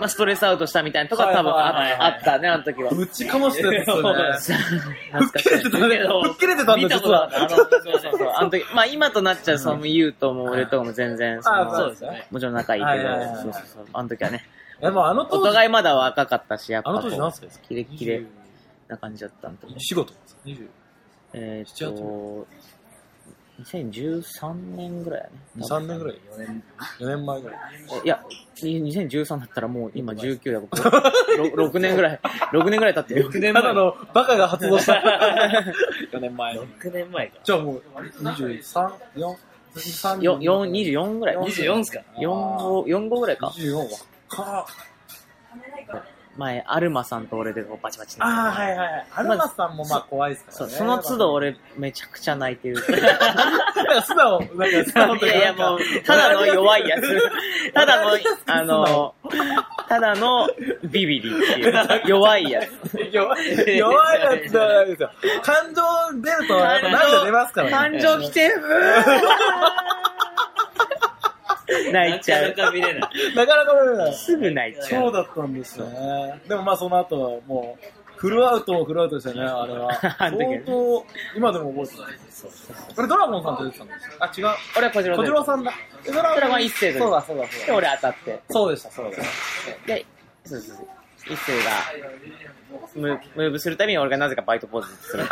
まあ、ストレスアウトしたみたいなとか多分あ
はいはい
あったね、あの時は。
ぶちかましてたやつですよね。
懐かしい。
吹っ切れてたね。吹っ切れてたんだ、
見た
実
ことあ
は
っ。た。あの、そうそう
そうあの時、まあ今となっちゃう、その、言うとも俺とも全然、そ
あ
の
そう
ですね
もちろん仲いいけ
はいはいはい
ど、そうそうそう。あの時はね、
でもあの
お
当時、
互いまだ若かったし、やっぱ
あ
こ
の
う。
当時何歳ですか
キレッキレな感じだったんで。
仕事20
えーっと、2013年ぐらいやね。
3年ぐらい4年4年前ぐらい
いや、2013だったらもう今19だから、6年ぐ らい、6年ぐらい経ってる。6
た
年
だのバカが発動した 4年前
6年前か。
じゃあもう234
4、24ぐらい。
24っすか
4、4、5ぐらいか。
24はか
前、アルマさんと俺でこうバチバチ。
ああはいはいアルマさんもまあ怖いですか
そ
ら
う、
ね
その都度俺めちゃくちゃ泣いてる。
なんか素直なんか素直
いやいやもう、ただの 弱いやつ。ただの、あの、ただのビビリっ ていう、弱いやつ。
弱い弱いやつじゃないですよ感情出るとやっぱ涙出ますからね
感情きてる 泣
ない
ちゃ
かなか
う。
見れない。
なかなか出ない
すぐ泣いちゃ
そうだったんですよね。でもまあその後はもう、フルアウトもフルアウトでした ね、あれは。
あ
相
の時はね
当、今でも覚えてない。これドラゴンさんと出てたんですよ。あ、違
う。俺は小次
う。
郎
小
で
次郎さんだ。えドラ
ドラゴン一世の
そうだ、そうだ、そう
で、
だ。
俺当たって。
そうでした、そうでした。
で、そうそうそう。一世が、ムムーブするたびに俺がなぜかバイトポーズする。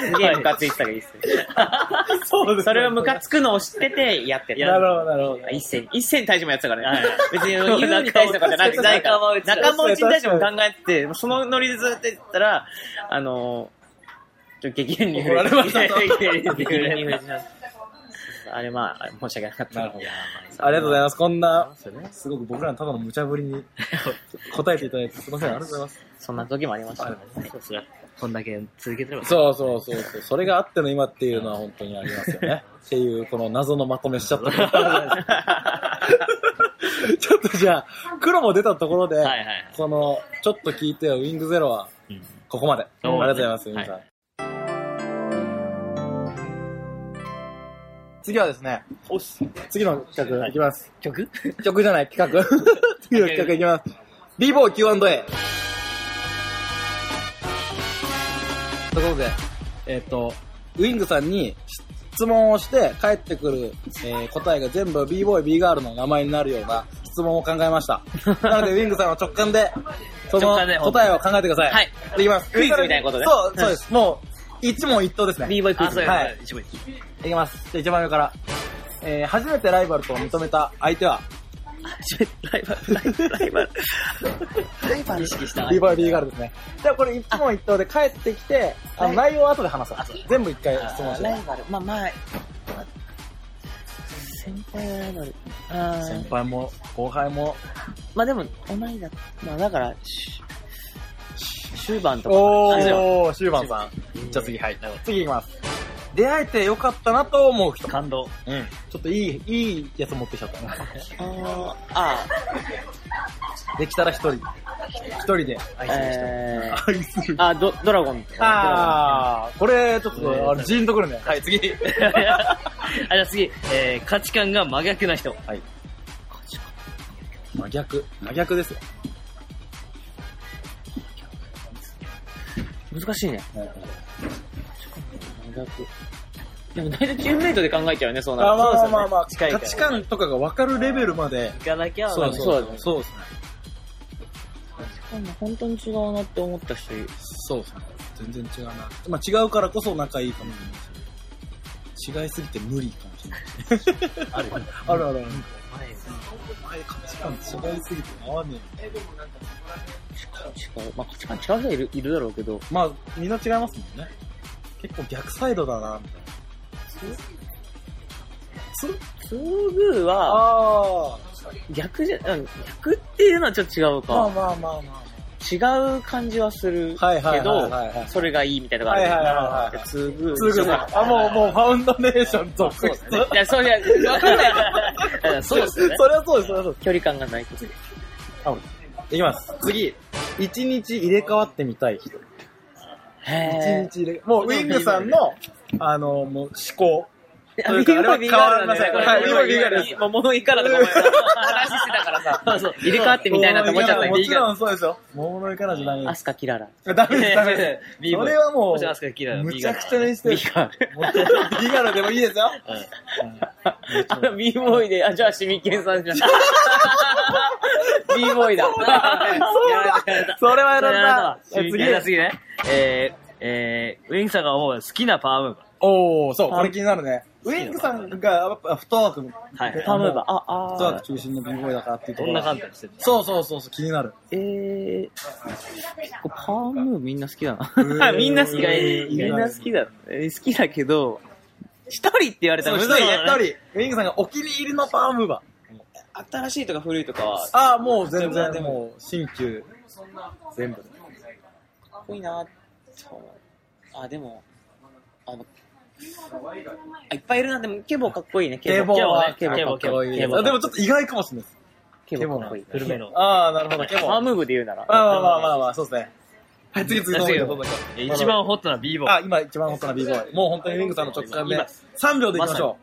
すげえムカついてたけど、一
そうで
世。それをムカつくのを知っててやってた。
なるほど、なるほど。
一斉に、一斉に対してもやってたからね。別に、
そう
優に対してとかじゃなくて、
仲
仲
間
間
内
内
だ
に対しても考えてて、そのノリでずっと言ってたら、あのー、ちょっと激変に
怒られましたと
激変に触れてしまったあれまあ、申し訳なかった。
なるほど。ありがとうございます。こんな、すごく僕らのただの無茶ぶりに答えていただいて、すみません、ありがとうございます。
そんな時もありましたね。
そうっすねこんだけ続けてれば。
そうそうそうそう。それがあっての今っていうのは本 当にありますよね。っていう、この謎のまとめしちゃった。ちょっとじゃあ、黒も出たところで、
はいはい。
この、ちょっと聞いてよ、ウィングゼロは、ここまで。あり
そう
が
だね
とうございます、皆さん。次はですね、次の企画いきます。
曲
曲じゃない、企画。次の企画いきます。b ボー Q&A。ということで、えっ、と、ウィングさんに質問をして返ってくる、えー答えが全部 b ボーイ b ガールの名前になるような質問を考えました。なので、ウィングさんは直感で、その
直感で
答えを考えてください。
はい。
できます。
クイズみたいなことね
そう、そうです。もう、一問一答ですね。
b ボイクイズ。
はい
い。一番いい
いきます。じゃあ一番上から。えー、初めてライバルと認めた相手は、
ライバル、ライバル、ライバル。ライバル意識した。
リバイリーガールですね。じゃあこれ一問一答で帰ってきて、あの内容は後で話そう。全部一回質問して。
ライバル、まあまあ、先輩ライバル、あー
先輩も後輩も。
まあでも、同いだ、まあだから、し終盤とか、
お
あれだよ
ー、シューマンさん。じゃあ次、はい。次いきます。出会えてよかったなと思う人。
感動。
うん。ちょっといい、いいやつ持ってきちゃ ったな。
あーあ
できたら一人。一人で
ー、
愛する人。
えー、
愛する。
あ、ド、ドラゴンとか。
あー、これちょっと、あのジーンとくるね。はい、次。
あ、じゃあ次、えー、価値観が真逆な人。
真逆。真逆ですよ。
ドラゴン難しいね。でも大体チームメイトで考えちゃうよね、そうなると
あ、まあまあまあまあ、
近いか
価
ら
値観とかが分かるレベルまで。
行かなきゃ、
そうそ
そ
う
うそうですね。
そうね本当に違うなって思ったし、
そうですね。全然違うな。まあ違うからこそ仲いいかもしれないし。違いすぎて無理かもしれないし。
あるよ。
あるあるある。価値観違いすぎて合わねえ。
違う。まあ価値観違う人はいるいるだろうけど、
まあ、みんな違いますもんね。結構逆サイドだな、みたいな。
ツーグーは、
あ
逆じゃ、うん逆っていうのはちょっと違う
まあ
か。
まあまあま
違う感じはする
あ。はいはい
け
はいは
ど
いはい、。
それがいいみたいなのがあ
は
る
いはいはいはい
ツーグー。
すぐさ、あ、もう、もう、ファウンドネーション続
そう
出。
ですね。いや、そうじゃ、わかん ない。うんそうですよね。
それはそうです、それはそうです。
距離感がないこと。
いきます。次。一日入れ替わってみたい人。
へ
一日入れ、もう、ウィングさんの、あの、もう、思考。
ぇ
というかあれは変わりませんはいビーボイビーガールです
もう物いいからとか思ってさ、話してたからさ、 そう入れ替わってみたいなと思っちゃった
も
ビ
ち
ーガ
ろんそうですよ。モーロイからじゃダメ
ー。ア
で
スカキララ。
す。ダメです、ダメです。
ビー
そ
ボイ
れ。はも
もしアスカキララ
う、
の
む
B
ち
ガー
ゃ
ル
くちゃにしてる。
ビーガール。
もうビガルでもいいですよ。
あの、ビーボーイで、あ、じゃあ、シミケンさんじゃん。ビーボーイだ。
それはや
それ
ら
は
れた。
次ね。次ね。えー、えー、ウィングさんが思う好きなパワームーバ
おー、そう、これ気になるね。ウィングさんが、やっぱ、フットワーク、フ
ー。はいはい。
パムーバー。あ、あ
ッ
ー
トワーク中心の b ボーイだからっていうと
ど
こ
ん
ろ
な。観点してる
そうそうそうそう、気になる。
えー、これパームーみんな好きだ
ー
な。みんな好きだ。
えー
みんな好きだ。えー好きだけど、一人って言われた
そ
ら
う、一
む
人、
ずい
一
ね。
人。ウィングさんがお気に入りのパワームーバー。
新しいとか古いとかは、か
ああ、もう全然、でも、新旧、全部。
っこいいなと。あ、でも、あの、あいっぱいいるな。でも、ケボかっこいいね。
ケボは、
ケボ
ケボ、ケボ、
ケボ
ケボ。あでもちょっと意外かもしれないです。
ケボかっこいい。
古めの。
ああ、なるほど、ケボ。
パームーブで言うなら。
まあまあまあまあまあ、そうですね。はい、次次どうぞ
次
どうぞ。
一番ホットな b ボー。
あ、今一番ホットな b ボーイ。もう本当にリングさんの直感で
今。
3秒でいきましょう。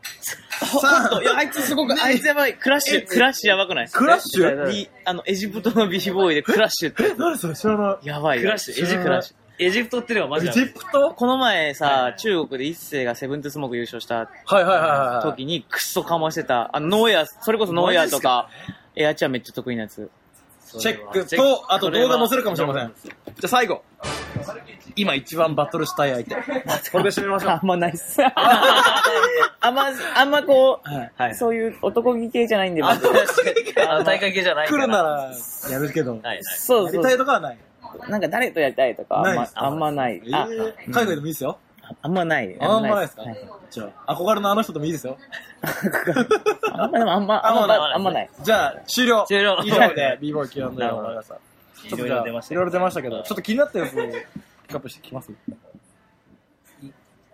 3、いや、あいつすごく、あいつ
やばい。クラッシュ、クラッシュやばくない
クラッシュ
ビあの、エジプトのビーボーイでクラッシ ュって。
何それ知らな
やばいよ。
クラッシュ、エジプ
クラ
ト
ッシ。
エジプトってのはマジ
エ
だ。
ジプト
この前さ、中国で一世がセブントゥスモーク優勝した
はいはいはいはい。
時にクソかましてた、あの、ノーエア、それこそノーエアとか、エアチャーめっちゃ得意なやつ。
チェックと、あと動画載せるかもしれません。じゃあ最後。今一番バトルしたい相手。 これで締めましょう。
あんまないっす。あんま、あんまこ、。
はい。
はいう
そういう男気系じゃないんで、
あ
僕
あの、大会系じゃないか
来るな。らやるけど、
はいはい。
そう
や
そ。
りたいうとかはない。
なんか誰とやりたいとか、あん
ないっ、
ます
か
あんまない
え。
あ、
ー海外でもいいですよ。
あんまない。
あんまないですか
はい
じゃあ、憧れのあの人でもいいですよ。
あんま、でもあんま、あんま、あんまない。
じゃあ、終了。
終了
以上で、b ボー Q&A を終わりました。
いろいろ出ました
いろいろ出ましたけど、ちょっと気になったやつをピ ックアップしてきます。い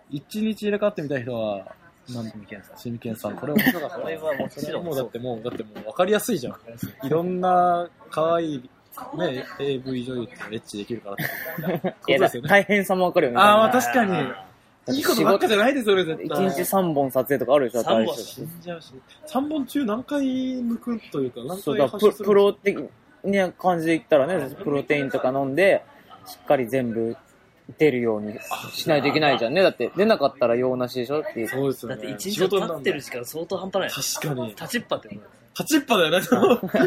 一日入れ替わってみたい人は、なんシミケンさん、これ面白かった。
これはもちろん
もうだってもう、だってもう分かりやすいじゃん。いろんな可愛い、ね、AV 女優ってエッチできるからって
い
そ
や、
うで
だ
すよね
大変さもわかるよね。
ーまあ確かに。いいことばっかじゃないですよね、絶対。
1日3本撮影とかあるでしょ、
三
大
本
し
死んじゃうし。3本中何回抜くというか、何
そう
回
だ
発
プ
射する
プロ的な感じで言ったらね、プロテインとか飲んで、しっかり全部出るようにしないといけないじゃんね。だって出なかったら用なしでしょっていう。
そうですよ
だ
ね。
って一日
仕事にな
立
んだ
ってる時間相当半端ない。
確かに。
立ちっぱって こと
立ちっぱだよね。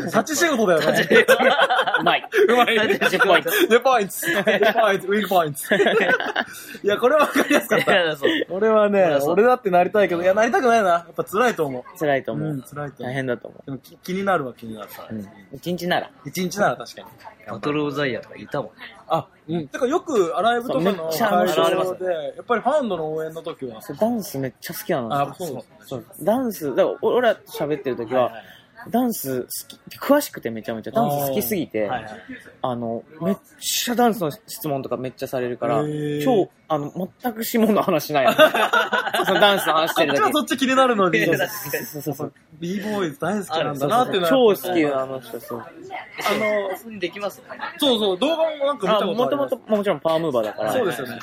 立ち仕事だよね。
うまい。
うまい。
10ポイント。
10ポイント。10ポイント。ウィークポイント。 いや、これは分かりやすかっ
い
た。
や、そう。
俺はね、俺だってなりたいけど、いや、なりたくないな。やっぱ辛いと思
辛いと
う。
思
うん、
う。
辛いと
大
思う。
変だと思
でもき気になるは気になる。
う。うん。1日なら。
一日なら確かに。
バトルオブザイヤーとかいたもん。
あ、うん。てかよくアライブとかの
めっ
会
ちゃあの
場で、やっぱりファンドの応援の時は、
そうダンスめっちゃ好きなの。
あ、そうですね。
ダンス、だからお俺らと喋ってる時は、ダンス好き、詳しくてめちゃめちゃ、ダンス好きすぎて、
はいはい
あの、めっちゃダンスの質問とかめっちゃされるから
へー、
超、あの、全く下の話し ないの。そのダンスの話し
あ
て
っ
る
ち
だ
は
け
そっち気になる のに、
そうそうそう。
b ボーイズ大好きなんだなっていうのは
超好きなあの人、そう。
あの、普通にできますね。
そうそう、動画もなんか見
あ、
たことあ
もと
る。
もと、もちろんパワームーバーだから。
そうですよね。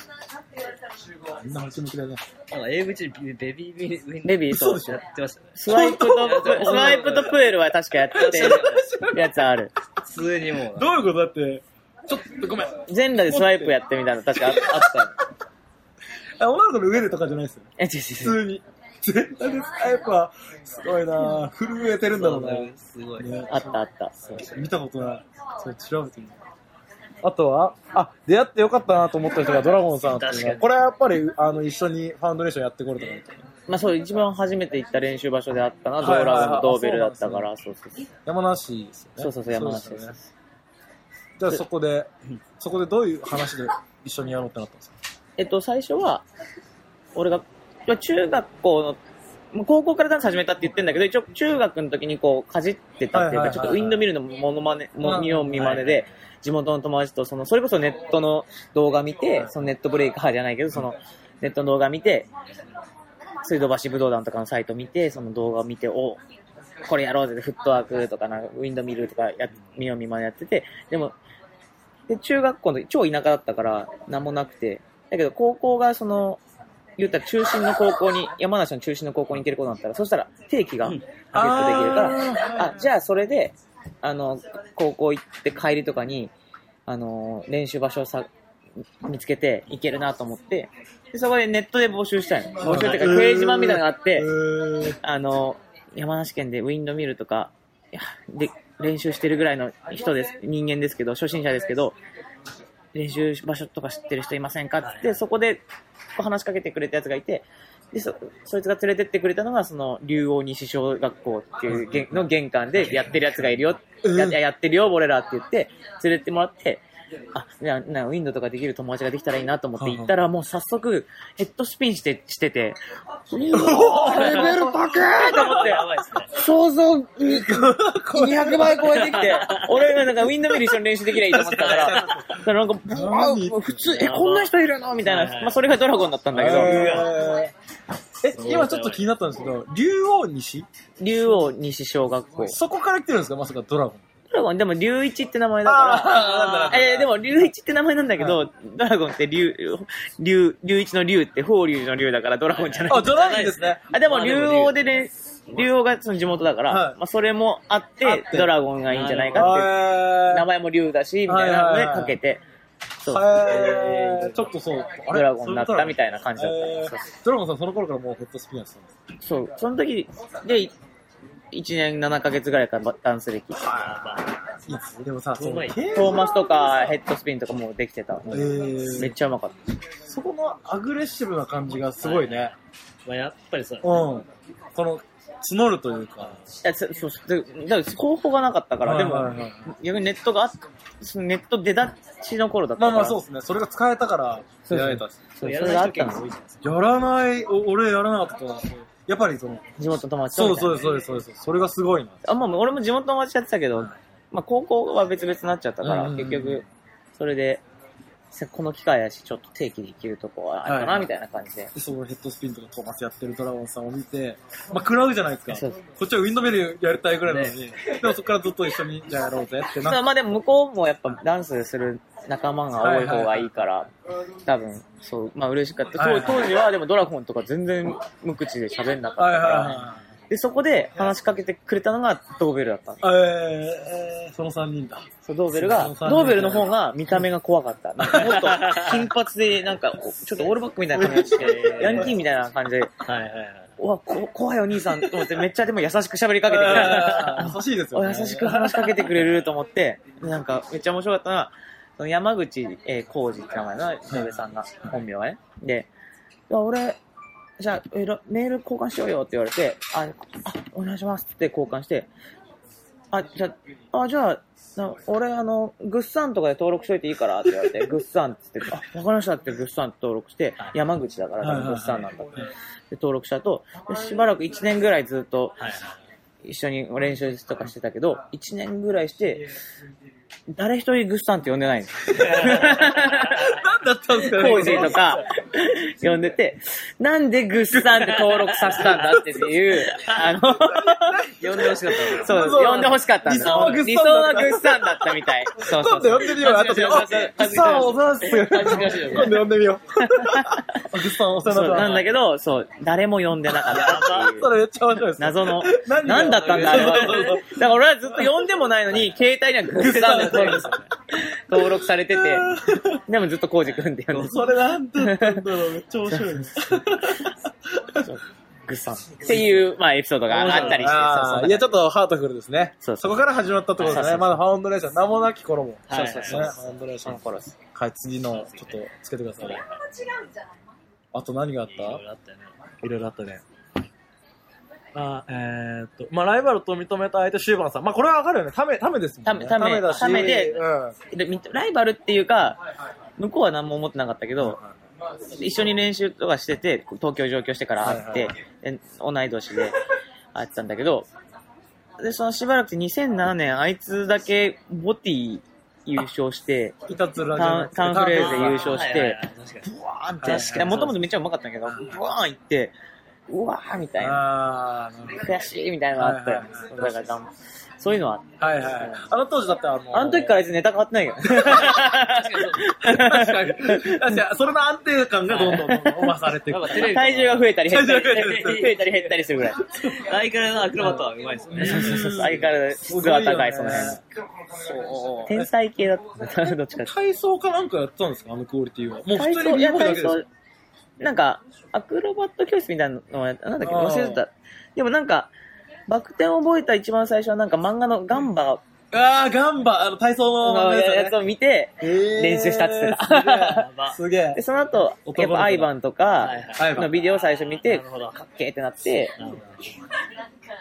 あんな初めてだね。
なんか AV 中にベビービー、
ベビーそう
やってましたね。
スワイプと
本当、
スワイプとプエルは確かやってるやつある。
普通にもう。
どういうことだって、ちょっとごめん。
全裸でスワイプやってみた の確かああったよ。
あ女の子の上でとかじゃないですよね。
え、違う違う違う。
普通に。絶対です。あやっぱ、すごいなぁ震えてるんだろうね。
すごい。
ね
あったあった。
見たことない。それ調べてみる。あとは、あ、出会ってよかったなと思った人がドラゴンさんっていうのは
確かに
これはやっぱり、あの、一緒にファウンドレーションやってこれたから
まあそう、一番初めて行った練習場所であったな、ド
はいはい
ー
はい
ラムのドーベルだったから、そうそうそう。
山梨ですよね。
そうそうそう山梨
そ
で
う
す
よね。じゃあそこで、そこでどういう話で一緒にやろうってなったんですか
えっと、最初は、俺が、まあ中学校の、もう高校からダンス始めたって言ってんだけど、一応中学の時にこう、かじってたっていう
はいはいはいは
か、
い
ちょっとウィンドミルのモノマネ、
う
も
ん
見よう見まねで、地元の友達と、その、それこそネットの動画見て、そのネットブレイカーじゃないけど、その、ネットの動画見て、水道橋武道団とかのサイト見て、その動画を見て、おこれやろうぜ、フットワークとか、なんかウィンドミルとかや、見よう見まねやってて、でも、で、中学校の時超田舎だったから、なんもなくて、だけど高校がその、言ったら中心の高校に、山梨の中心の高校に行けることになったら、そしたら定期がゲットできるから、あ、じゃあそれで、あの、高校行って帰りとかに、あの、練習場所をさ見つけて行けるなと思って、でそこでネットで募集したいの。募集っていうか、掲示板みたいなのがあって、 あの、山梨県でウィンドミルとか、いやで、練習してるぐらいの人です、人間ですけど、初心者ですけど、練習場所とか知ってる人いませんかって言って、そこでこう話しかけてくれたやつがいて、で、そ、そいつが連れてってくれたのが、その、竜王西小学校っていうげんの玄関でやってるやつがいるよ、ややってるよ、俺らって言って、連れてってもらって、あ、じゃあ、なウィンドとかできる友達ができたらいいなと思って行ったら、もう早速、ヘッドスピンして、してて、レベル高えと思って、
やばいですね。
想像に 200倍超えてきて、俺がなんかウィンドミル一緒に練習できりゃいいと思ってた から、だからなんか、あ普通、え、こんな人いるのみたいな、まあそれがドラゴンだったんだけど、
えーえ、今ちょっと気になったんですけど、竜王西
竜王西小学校。
そこから来てるんですかまさかドラゴン。
ドラゴンでも竜一って名前だから、えーでも竜一って名前なんだけど、ドラゴンって竜、竜、竜一の竜って法竜の竜だからドラゴンじゃない。
あ、ドラゴンですね。
あ、でも、竜王でね、竜王がその地元だから、
はい
まあ、それもあっ、
あってて
ドラゴンがいいんじゃない
え
かって、名前も竜だし、みたいなの
はいは
で
いはい
かけて、そう、
ーえーちょっとそう。あれ
ドラゴンになったみたいな感じだった。
えードラゴンさんその頃からもうヘッドスピナーしてたんです
そう、その時で、1年7ヶ月ぐらいからダンス歴。
いいですねでもさ、その、
うまい
経営
トーマスとかヘッドスピンとかもできてた。
え
め
ー
っちゃうまかった。
そこのアグレッシブな感じがすごいね。
まあ、やっぱりそう
う。ん。この、募るというか。
いやそそうでだから候補がなかったから、で
はいは
も
いはい、
逆にネットがあっ、そのネット出だちの頃だった
ま
か
あ
ら。
まあそうですね。それが使えたから、出会えたし。
そう
や
そ
ら
れ
な
があ
い
っ
人
た
結構多
の
い。じゃないですか。
やらない、お俺やらなかったからやっぱりその、
地元の友達と
そ
み
う
たいな
そうですそうですそうです。それがすごいな。
あ、まあ、俺も地元の町やってたけど、まあ、高校は別々になっちゃったか
うん
ら、
うんうん
結局、それで、せこの機会だし、ちょっと定期で行けるとこはあるか
は
な、
い
みたいな感じで。
で、そのヘッドスピンとかトーマスやってるドラゴンさんを見て、まあ、食らうじゃないですか。
そう
こっちはウィンドベルやりたいぐらいなのに、でもそこからずっと一緒に、じゃあやろうぜって
ま
な
あ、
っ
まあでも向こうもやっぱダンスする仲間が多い方がいいから、多分、そう、まあ嬉しかった。
はいは
当
い
当時はでもドラゴンとか全然無口で喋んなか
た。は
っ
い
たか
は
ら、で、そこで話しかけてくれたのがドーベルだったの
いはい。えー、その3人だ。
そうドーベルが、
そ
ド
うそうそう
ーベルの方が見た目が怖かった。なんかもっと金髪で、なんか、ちょっとオールバックみたいな感じして、ヤンキーみたいな感じで、
はいはいはい。
うわ、こ怖いお兄さんと思って、めっちゃでも優しく喋りかけてく れ
あ
る
ー優しいですよ
お
ね。
優しく話しかけてくれると思って、なんか、めっちゃ面白かったのは、その山口えー浩二って名前の、井上さんが、本名はね。で、いや俺、じゃあ、えらメール交換しようよって言われて、あ、あお願いしますって交換して、あ、じゃあ、あ、じゃあ、な俺、あの、グッサンとかで登録しといていいからって言わ れて、グッサンって言って、あ、わかりましたってグッサンって登録して、山口だから、多分グッサンなんだって。で、登録したと、でしばらく1年ぐらいずっと、一緒に練習とかしてたけど、1年ぐらいして、誰一人グッサンって呼んで ないの。
何だったんですかね
コージーとか、呼んでて、なんでグッサンって登録させたんだっていう、あの、
呼んでほしかった
そうです、呼んでほしかったんだ。
理想はグッサンだった
理想はグッサンだったみたい。そう
今
そ
度
うそ
呼
う。
んでみよう、後で。あ、グッサンお世話っす。今度呼んでみよう。あグッサンお世話
そう
だ
なんだけど、そう、誰も呼んでなかったっていう
そ。れめっちゃ面白いです。
謎の、
何が
何だったんだ、あれは
そうそうそう。
だから俺はずっと呼んでもないのに、携帯にはグッサンで登録 登録されてて、でもずっとコージくんって呼ん で
それなんだったんだろう、めっちゃ面白いです。
グッサン。っていう、まあ、エピソードがあったりして、
あ
そう
ーいや、ちょっとハートフルですね。
そ
そう
そう
こから始まったってことですね。まだファウンドレーション、名もなき頃も。
はいはいはい
ねファウンドレーション。
そう
はい、次の、ちょっとつけてください。あと何があっ
いろいろ
た
あったよね。
いろいろあったね。あーえーっと、まあ、ライバルと認めた相手、シューバンさん。まあ、これはわかるよね。ため、ためですもんね。
ためため
だし。
ためで
うん。
でみライバルっていうか、向こうは何も思ってなかったけど、一緒に練習とかしてて、東京上京してから会って、で同い年で会ったんだけど、で、そのしばらくして2007年、あいつだけボティ優勝して、
イタツラ
ターンターンフレーズで優勝し
はいはい
て
は、い確かに
ブワーンっ
確か
て、
に
もともとめっちゃうまかったんだけど、ブワーン行って、うわーみたいな、
あーなる
悔しいみたいなのがあったよ
はいはいは。い
だから頑張そういうのはあった。
ほどはいはい。あの当時だってあの
あの時からあいつネタ変わってないよ。
確かに。確かに、それの安定感がどんどんどんどん増され ていく
やっ。ぱテレビ、
体重が増えたり減ったり、
体重が増えたり
増えたり減ったりするぐらい。
相変わらずのアクロバットはうまいですよね。
そうそうそう。相変わらず質は高い、その辺。
そう。
天才系 だった。どっちかっていうと。
体操かなんかやってたんですかあのクオリティは。もう普
体
通
操、
に
い
ビ
や、
ーボーイだ
体
けです
操。なんか、アクロバット教室みたいなのは、なんだっけ、
あー
忘れてた。でもなんか、バク転を覚えた一番最初はなんか漫画のガンバ
ああ、ガンバ、あの体操の
の
やつ
や
ね
つ。を見て、練習したっつってた。
す げえ。
で、その後、やっぱアイバンとか
はい
はい
のビデオ最初見て、
なるほど
かっけーってなって、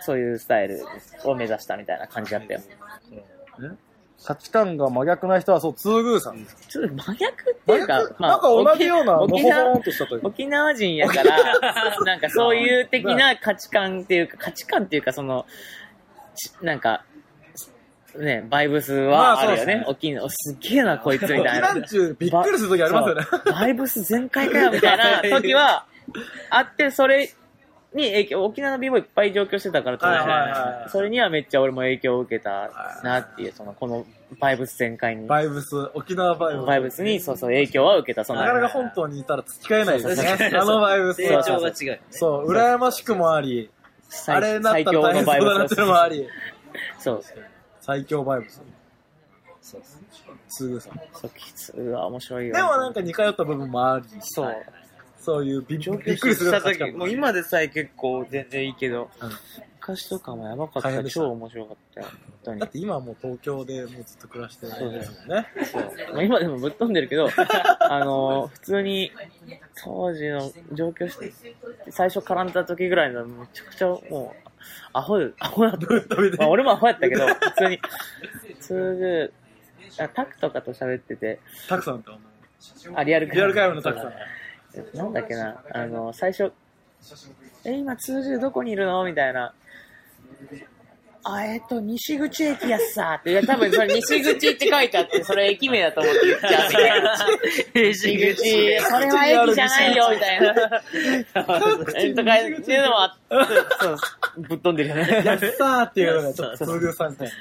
そういうスタイルを目指したみたいな感じだったよ。
価値観が真逆な人は、そう、ツーグーさん。
ちょっと真逆っていう
真
か
逆、
まあ、
なんか同じような、ボコ
沖
ボ
縄
コンとしたというか。
沖縄人やから、 なんかそういう的な価値観っていうか、価値観っていうか、その、ちなんか、ね、バイブスはあるよね。
まあ
沖縄、すっげえな、こいつみたい
沖
な。
縄中、びっくりするときありますよね。
そうバイブス全開かよ、みた いな時は、あって、それに影響、沖縄の b ボいっぱい上京してたから当時、
はいはいはいはい
それにはめっちゃ俺も影響を受けたなっていう、その、このバイブス全開に。
バイブス、沖縄バイブス。
バイブスに、そうそう、影響は受けた、その。
なかなか本島にいたら突き換えないです
そうそう
ね。
そう
あのバイブス
成
は。
長が違うよね。
そう、羨ましくもあり、
最
あれになったら大変そうだなってのもあり、
そう。
最強バイブス。
そうそう
すぐさ。で
そう、きつうわ、面白いよ。
もなんか似通った部分もあり、
そう。
そういうびびっ
びっ
く
く
り
り
す
す
るよう
る
な
た
価値
時、
観
もう今でさえ結構全然いいけど、
うん
昔とかもやばかっ
大変
た。
でした
超面白かったよ。本当に
だっ。て今はもう東京でもうずっと暮らしてるんですもんね。
そうまあ今でもぶっ飛んでる けど、あのー、普通に、当時の上京して、最初絡んだ時ぐらいの、めちゃくちゃもう、アホで、アホだった。まあ俺もアホやったけど、普 通に、普通に、あタクとかと喋ってて、
たくさん と。
あ、リアル
リアル会話のたくさん。
なんだっけな、あの、最初、え、今、通じるどこにいるのみたいな。あ、えっと、西口駅やっさって、いや多分それ西口って書いてあって、それ駅名だと思って言っちゃって、西口、それは駅じゃないよ、みたいな。えっとか、っていうのもあそうそうぶっ飛んでるよ
や
ね。
っさーっていうのがちょっとプロデューサーみたいなね。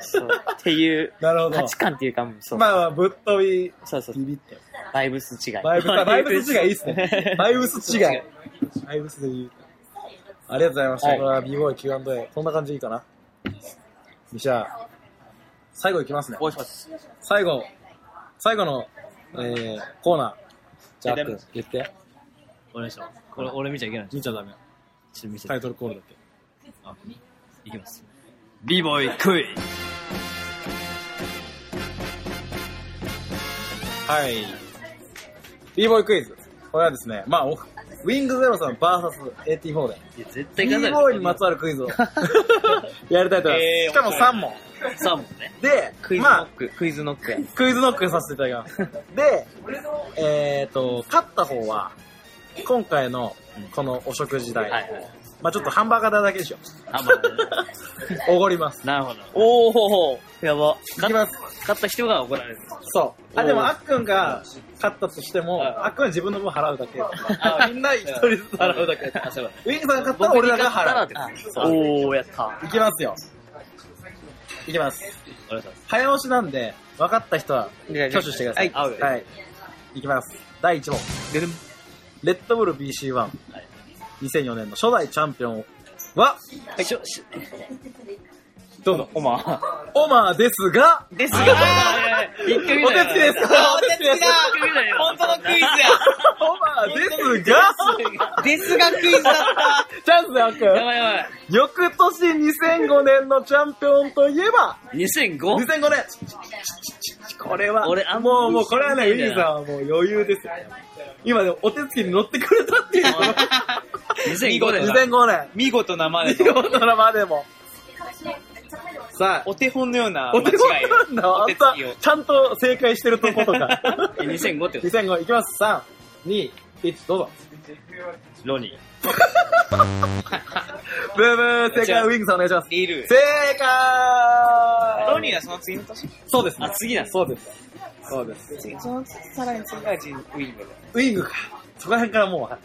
そうっていう、
なるほど
価。値観っていうか、そう、
まあまあ、ぶっ飛び、
そうそう
ビビって。
バイブス違い。
バイブス、バイブス違いいいっすね。バイブス違い。バイブスで言う。ありがとうございました。
はい
これは b ボーイ Q&A。こんな感じでいいかな。じゃあ、最後いきますね。
お願いします。
最後、最後の、えー、コーナー。じゃあ、あっくん言って。
お願いします。これ、俺見ちゃいけない。ちょ
見ちゃダメ。
っと見せ
タ
て
イ。トルコールだけ。
いきます。b ボーイクイ
はい。b ボーイクイズ。これはですね、まあ、おウィングゼロさん VSAT4 で、
いや、絶対
b
勝た
ボーイにまつわるク イズをやりたいと思います。しかも3問。
サーモンね。
で、
クイズノ
まあ
ッ、ク、クイズノックや。
クイズノックさせていただきます。 で、えっ、と、勝った方は、今回のこのお食事代、
はいはい。
まあちょっとハンバーガー代だけでしょ。
あ、ま あ、
おごります。
なるほど。
おーほほやば。
いきます。
勝った人が怒 られる。
そう。あ、でも、あっくんが勝ったとしても、あっくんは自分の分払うだけ。みんな一人ずつ払うだけ。
あ、そうだ。
ウィングさんが勝ったら俺らが払
僕に勝ったらってこと
う。
おー、やった。
いきますよ。いきます。
お願いします。
早押しなんで、分かった人は挙手してください。
はい
はい。いきます。第1問。レッドブル BC1。2004年の初代チャンピオンは、
はい、しょ、し、
どうぞ。
おま。
オマーですが、
ですが、
いやいや一回見
お
た
手
よ
つきですかお手つきです
一回見たよ
本当のクイズや。
オマーですが、
ですがクイズだっ
チャンスだよ、あっく
や
ん。
ばいやばい。
翌年2005年のチャンピオンといえば、
2005?
2005年これは、
俺あんま
もう、もうこれはね、ウ
見てな
ィ
い
ーさんはもう余裕ですよ。今でもお手つきに乗ってくれたっていう。
2005年だ。
2005年。
見事なまで
見事なまでも。さあ、
お手本のような
お手本なんだ。あ
お
ん
手つ
た
きを、
ちゃんと正解してるとことか。
え2005ってこ
2005いきます。3、2、1、どうぞ。
とロニー。
ブーブー、正解はウィングさんお願いします。
リール。
正解
ロニーはその次の年
そうですね
あ、。次なんです
そうです。そうです。
次、そのさらに次がジンウィングだね。
ウィングか。そこら辺からもう分かって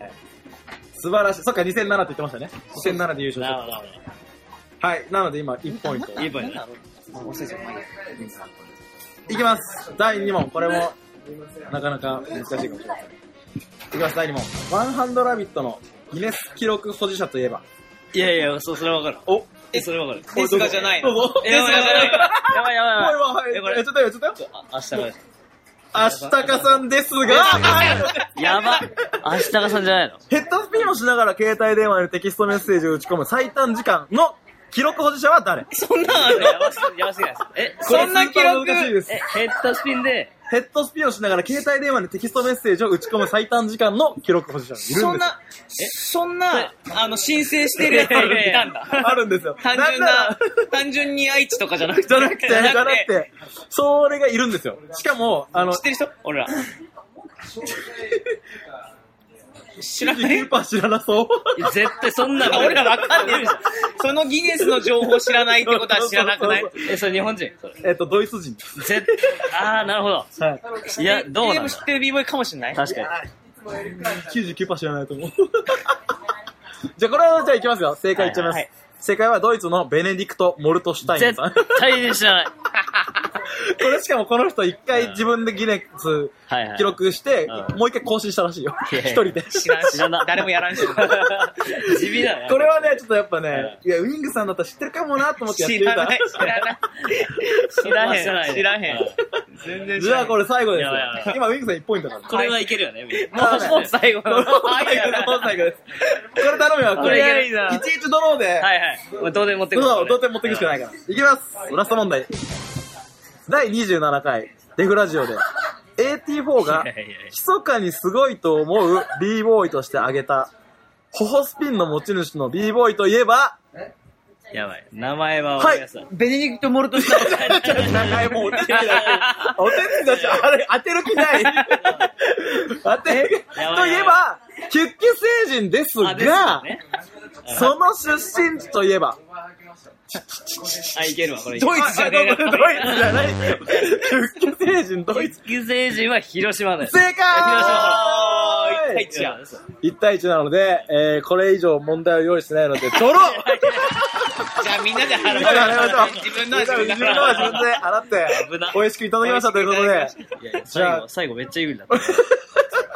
ます。素晴らしい。そっか、2007って言ってましたね。2007で
なる
優勝し
ほど、なる
た。はい。なので今、1ポイント。
ほど。いいポイントだ。
いきます。第2問。これも、なかなか難しいかもしれません。いきます、第2問。ワンハンドラビットのギネス記録保持者といえば。
いやいや、そう、それはわかる。
お
え、それはわかる。
ですがじゃない
どう
の。
ぞ。
やばいやばいやばい。やばいやばいやばい。
おいおい
えこ
おい
れ
やっちょっとよ、ちょっとよ。
明日が。
アシタカさんですが、
やば明日がさんじゃないの
ヘッドスピンをしながら携帯電話にテキストメッセージを打ち込む最短時間の記録保持者は誰
そんな
やばすやばすぎないですか。
そんな記録
これスーパー難しいです
え、え、ヘッドスピンで、
ヘッドスピンをしながら携帯電話にテキストメッセージを打ち込む最短時間の記録保持者がいるんですよ
そんな、そんな、あの、申請してるやつがいたんだ。
あるんですよ。
単純な、単純に愛知とかじゃなくて。
じゃなくて、じゃなくて、それがいるんですよ。しかも、あの
知っ、てる人俺ら。知らない
99%知らなそう。
絶対そんなの。
俺らわかんねえじゃん。そのギネスの情報知らないってことは知らなくない
そうそ
え、それ日本人それ。
えっと、ドイツ人です。
絶あー、なるほど。
はい。
いや、どう
ゲ
な
ー
ん
ム
だ
知ってる b ボーイかもしれない。
確かに。
99%知らないと思う。 じゃあ、これは、じゃあいきますよ。正解いっちゃいます。
はいはい
正解はドイツのベネディクト・モルトシュタイン
絶
さん。
対に知らない。
これしかもこの人一回自分でギネス
はいはい。
記録して、
うん
もう一回更新したらしいよ。
いやい
一
や
人で。
知らん
知
し
らな、
誰もやらんし。
地味だな。
これはね、ちょっとやっぱね
は、
いや、ウィングさんだったら知ってるかもなと思ってやって
知
み
ら
た
ない。。知らない。知らへん。知らへん
う。
全然知
じゃ
ら
あ
ん。
これ最後ですよ
やばいやばいやば。
今ウィングさん1ポイントなんで。
これはいけるよね、みんな
もう
もう最後。
もう最後です、もう最後です。これ頼むよ、こ
早
れ。
い
い
な
ちいちドローで、
はいはい。もうどうでも持ってくる
そう、同点持っていくしかないから。いきますラスト問題。第27回、デフラジオで、AT4 が
い、やいやいや
密かにすごいと思う b ボーイとして挙げた、ホホスピンの持ち主の b ボーイといえば、
やばい。名前は
は
思い
い
出さない。。
ベネディクト・モルトスター。名前も落ちてる。
お手伝いだ
あれ、当てる 気ない。
だって、
やば
と
い
いえ
やば
ば、キュッキュ星人です
あですよ
が、
ね。
その出身地といえば、
あ、いけるわ、これ。
ドイツじゃねえよドイツじゃない。キュッキュ星人、ドイツ。
育成人は広島だよ。
正
広島。一
解
対一や。
1対1なので、えー、これ以上問題を用意してないので、ドロー
じゃあみんなで払
みんなで払いましょう
自分のは自分
自
だ
分のは自分で洗って
危な、
美味しくいただきましたということで、
いやいや
じゃ
最
あ
後、最後めっちゃ有利だったね。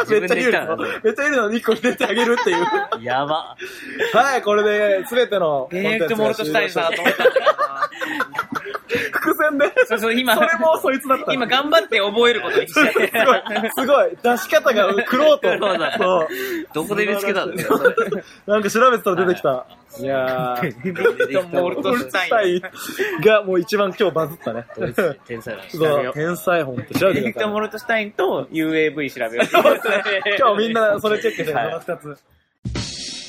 め
自分
っちゃ
で
有
言っ
利
た
の
のね、
めっちゃ有利なのに1個入れてあげる っていう。
やば。
はい、これで全てのコ
ベ
ン
ネ
テ
ディクト・
ンツ
モ
が
ルト
終
スタイ
了
ン
し
さん
ま
だと
し
思ったんだけどな
た。伏線で、
そうそう、今。
それもそいつだった。
今頑張って覚えることにしちゃっ
すごい
て。、
すごい、出し方が苦労と。
苦労だ
そう
どこで見つけたんだよ、それ。
なんか調べてたら出てきた。いやー、
モルトスタイン。
インがもう一番今日バズったね。
天才だ。
そう、天才本って調べ
ベ
て
ネ
くだ
ディクト・
さ
モ
い。
ルトスタインと UAV 調べよう。
今日みんなそれチェックして、こ
はい
の二つ。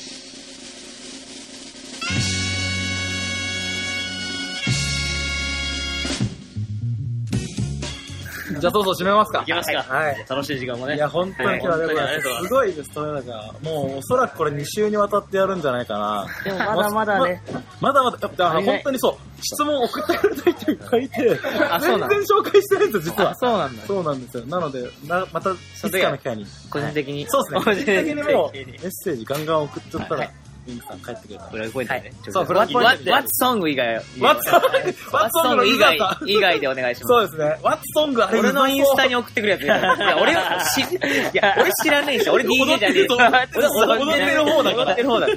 じゃあ、そうそう、締めますか
い。きますか。
はい。
楽しい時間も
い
ね
や、。本当に今日はね、こ
はい
れすごいです、富永。もう、おそらくこれ2週にわたってやるんじゃないかな。
でもまだまだね。
まだまだ、だってあの
足りない
本当にそう、質問送ってくれない人いっぱいいて、全然
あそうな
紹
んだ
介してないんですよ、実は。
そうなんだ。
そうなんですよ。なので、なまた、いつ
の時
か
は
の機会に。
個人的に。
そうですね。基本的にもう、メ
個人的に
ッセージガンガン送っちゃった
は
ら
い、
リンクさん帰ってくれたら。
ブラックポイントね。
そう、ブラックポイン
What
トで。
what song 以外
ワッツソングワッツソングの以
以
外
外
か、
以外でお願いします。
そうですね。ワッツソングあれ
俺のインスタ
に。
に送って くるやつやいや、俺は知、いや、俺知らねえし、俺 DJ じゃ ねえし。
踊ってる方だから
踊ってる方だか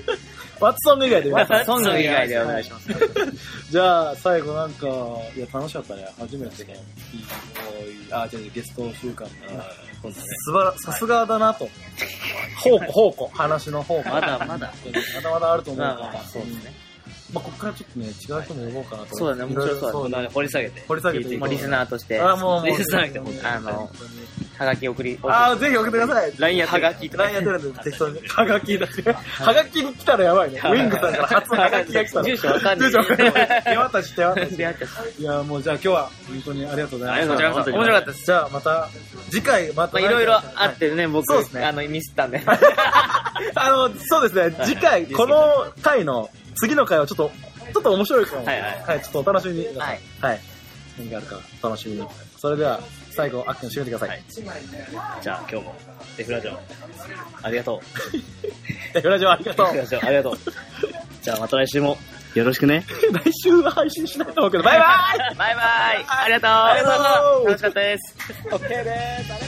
ワッツソング以外で見ます。
ら。ソング以外でお願いします。
じゃあ、最後なんか、いや、楽しかったね。初めての。あ、じゃあゲスト週間が、すばら、さすがだなと。方 向、方向、話の方向。
まだまだ。
まだまだあると思うから。
まあまあそうですね
まあ、こっからちょっとね、違う人も呼ぼうかなと。
そうだね面白そうだ
いろいろ
ね
まあ掘り下げて。
掘り下げていこ
もうリスナーとして、
あ、もう、もう
リスナーってこと
あの、はがき送り、
あー、ぜひ送ってください。
LINE やってるはがきとか
LINE やってるんで、適当に。はがきだね。はがき来たらやばいね。ウィングさんから初はがきが来たら。
住所わかんねえ
住所わかんない。手渡し、手渡し。
出会っちゃった
いや、もうじゃあ今日は本当にありがとうございま
あ
し
りがとうござい
た。
ました
面白かったです。じゃあまた、次回ま
ま
た。
あいろいろあっ。てね、僕
そうですね、
あの、ミスった んで。
あの、そうですね、次回、この回の、次の回はちょっと、ちょっと面白いかも。
はいはい
はい、ちょっとお楽しみに。
はい。
はい。何があるか楽しみに。それでは、最後、アクション締めてください。
じゃあ今日も、デフラジオ、ありがとう。
えフラジオありがとう。
デフラジオ、ありがとう。じゃあまた来週も、よろしくね。
来週は配信しないと思うけど、バイバイ
バイバイありがとう
ありがとう
楽しかったです
OK です。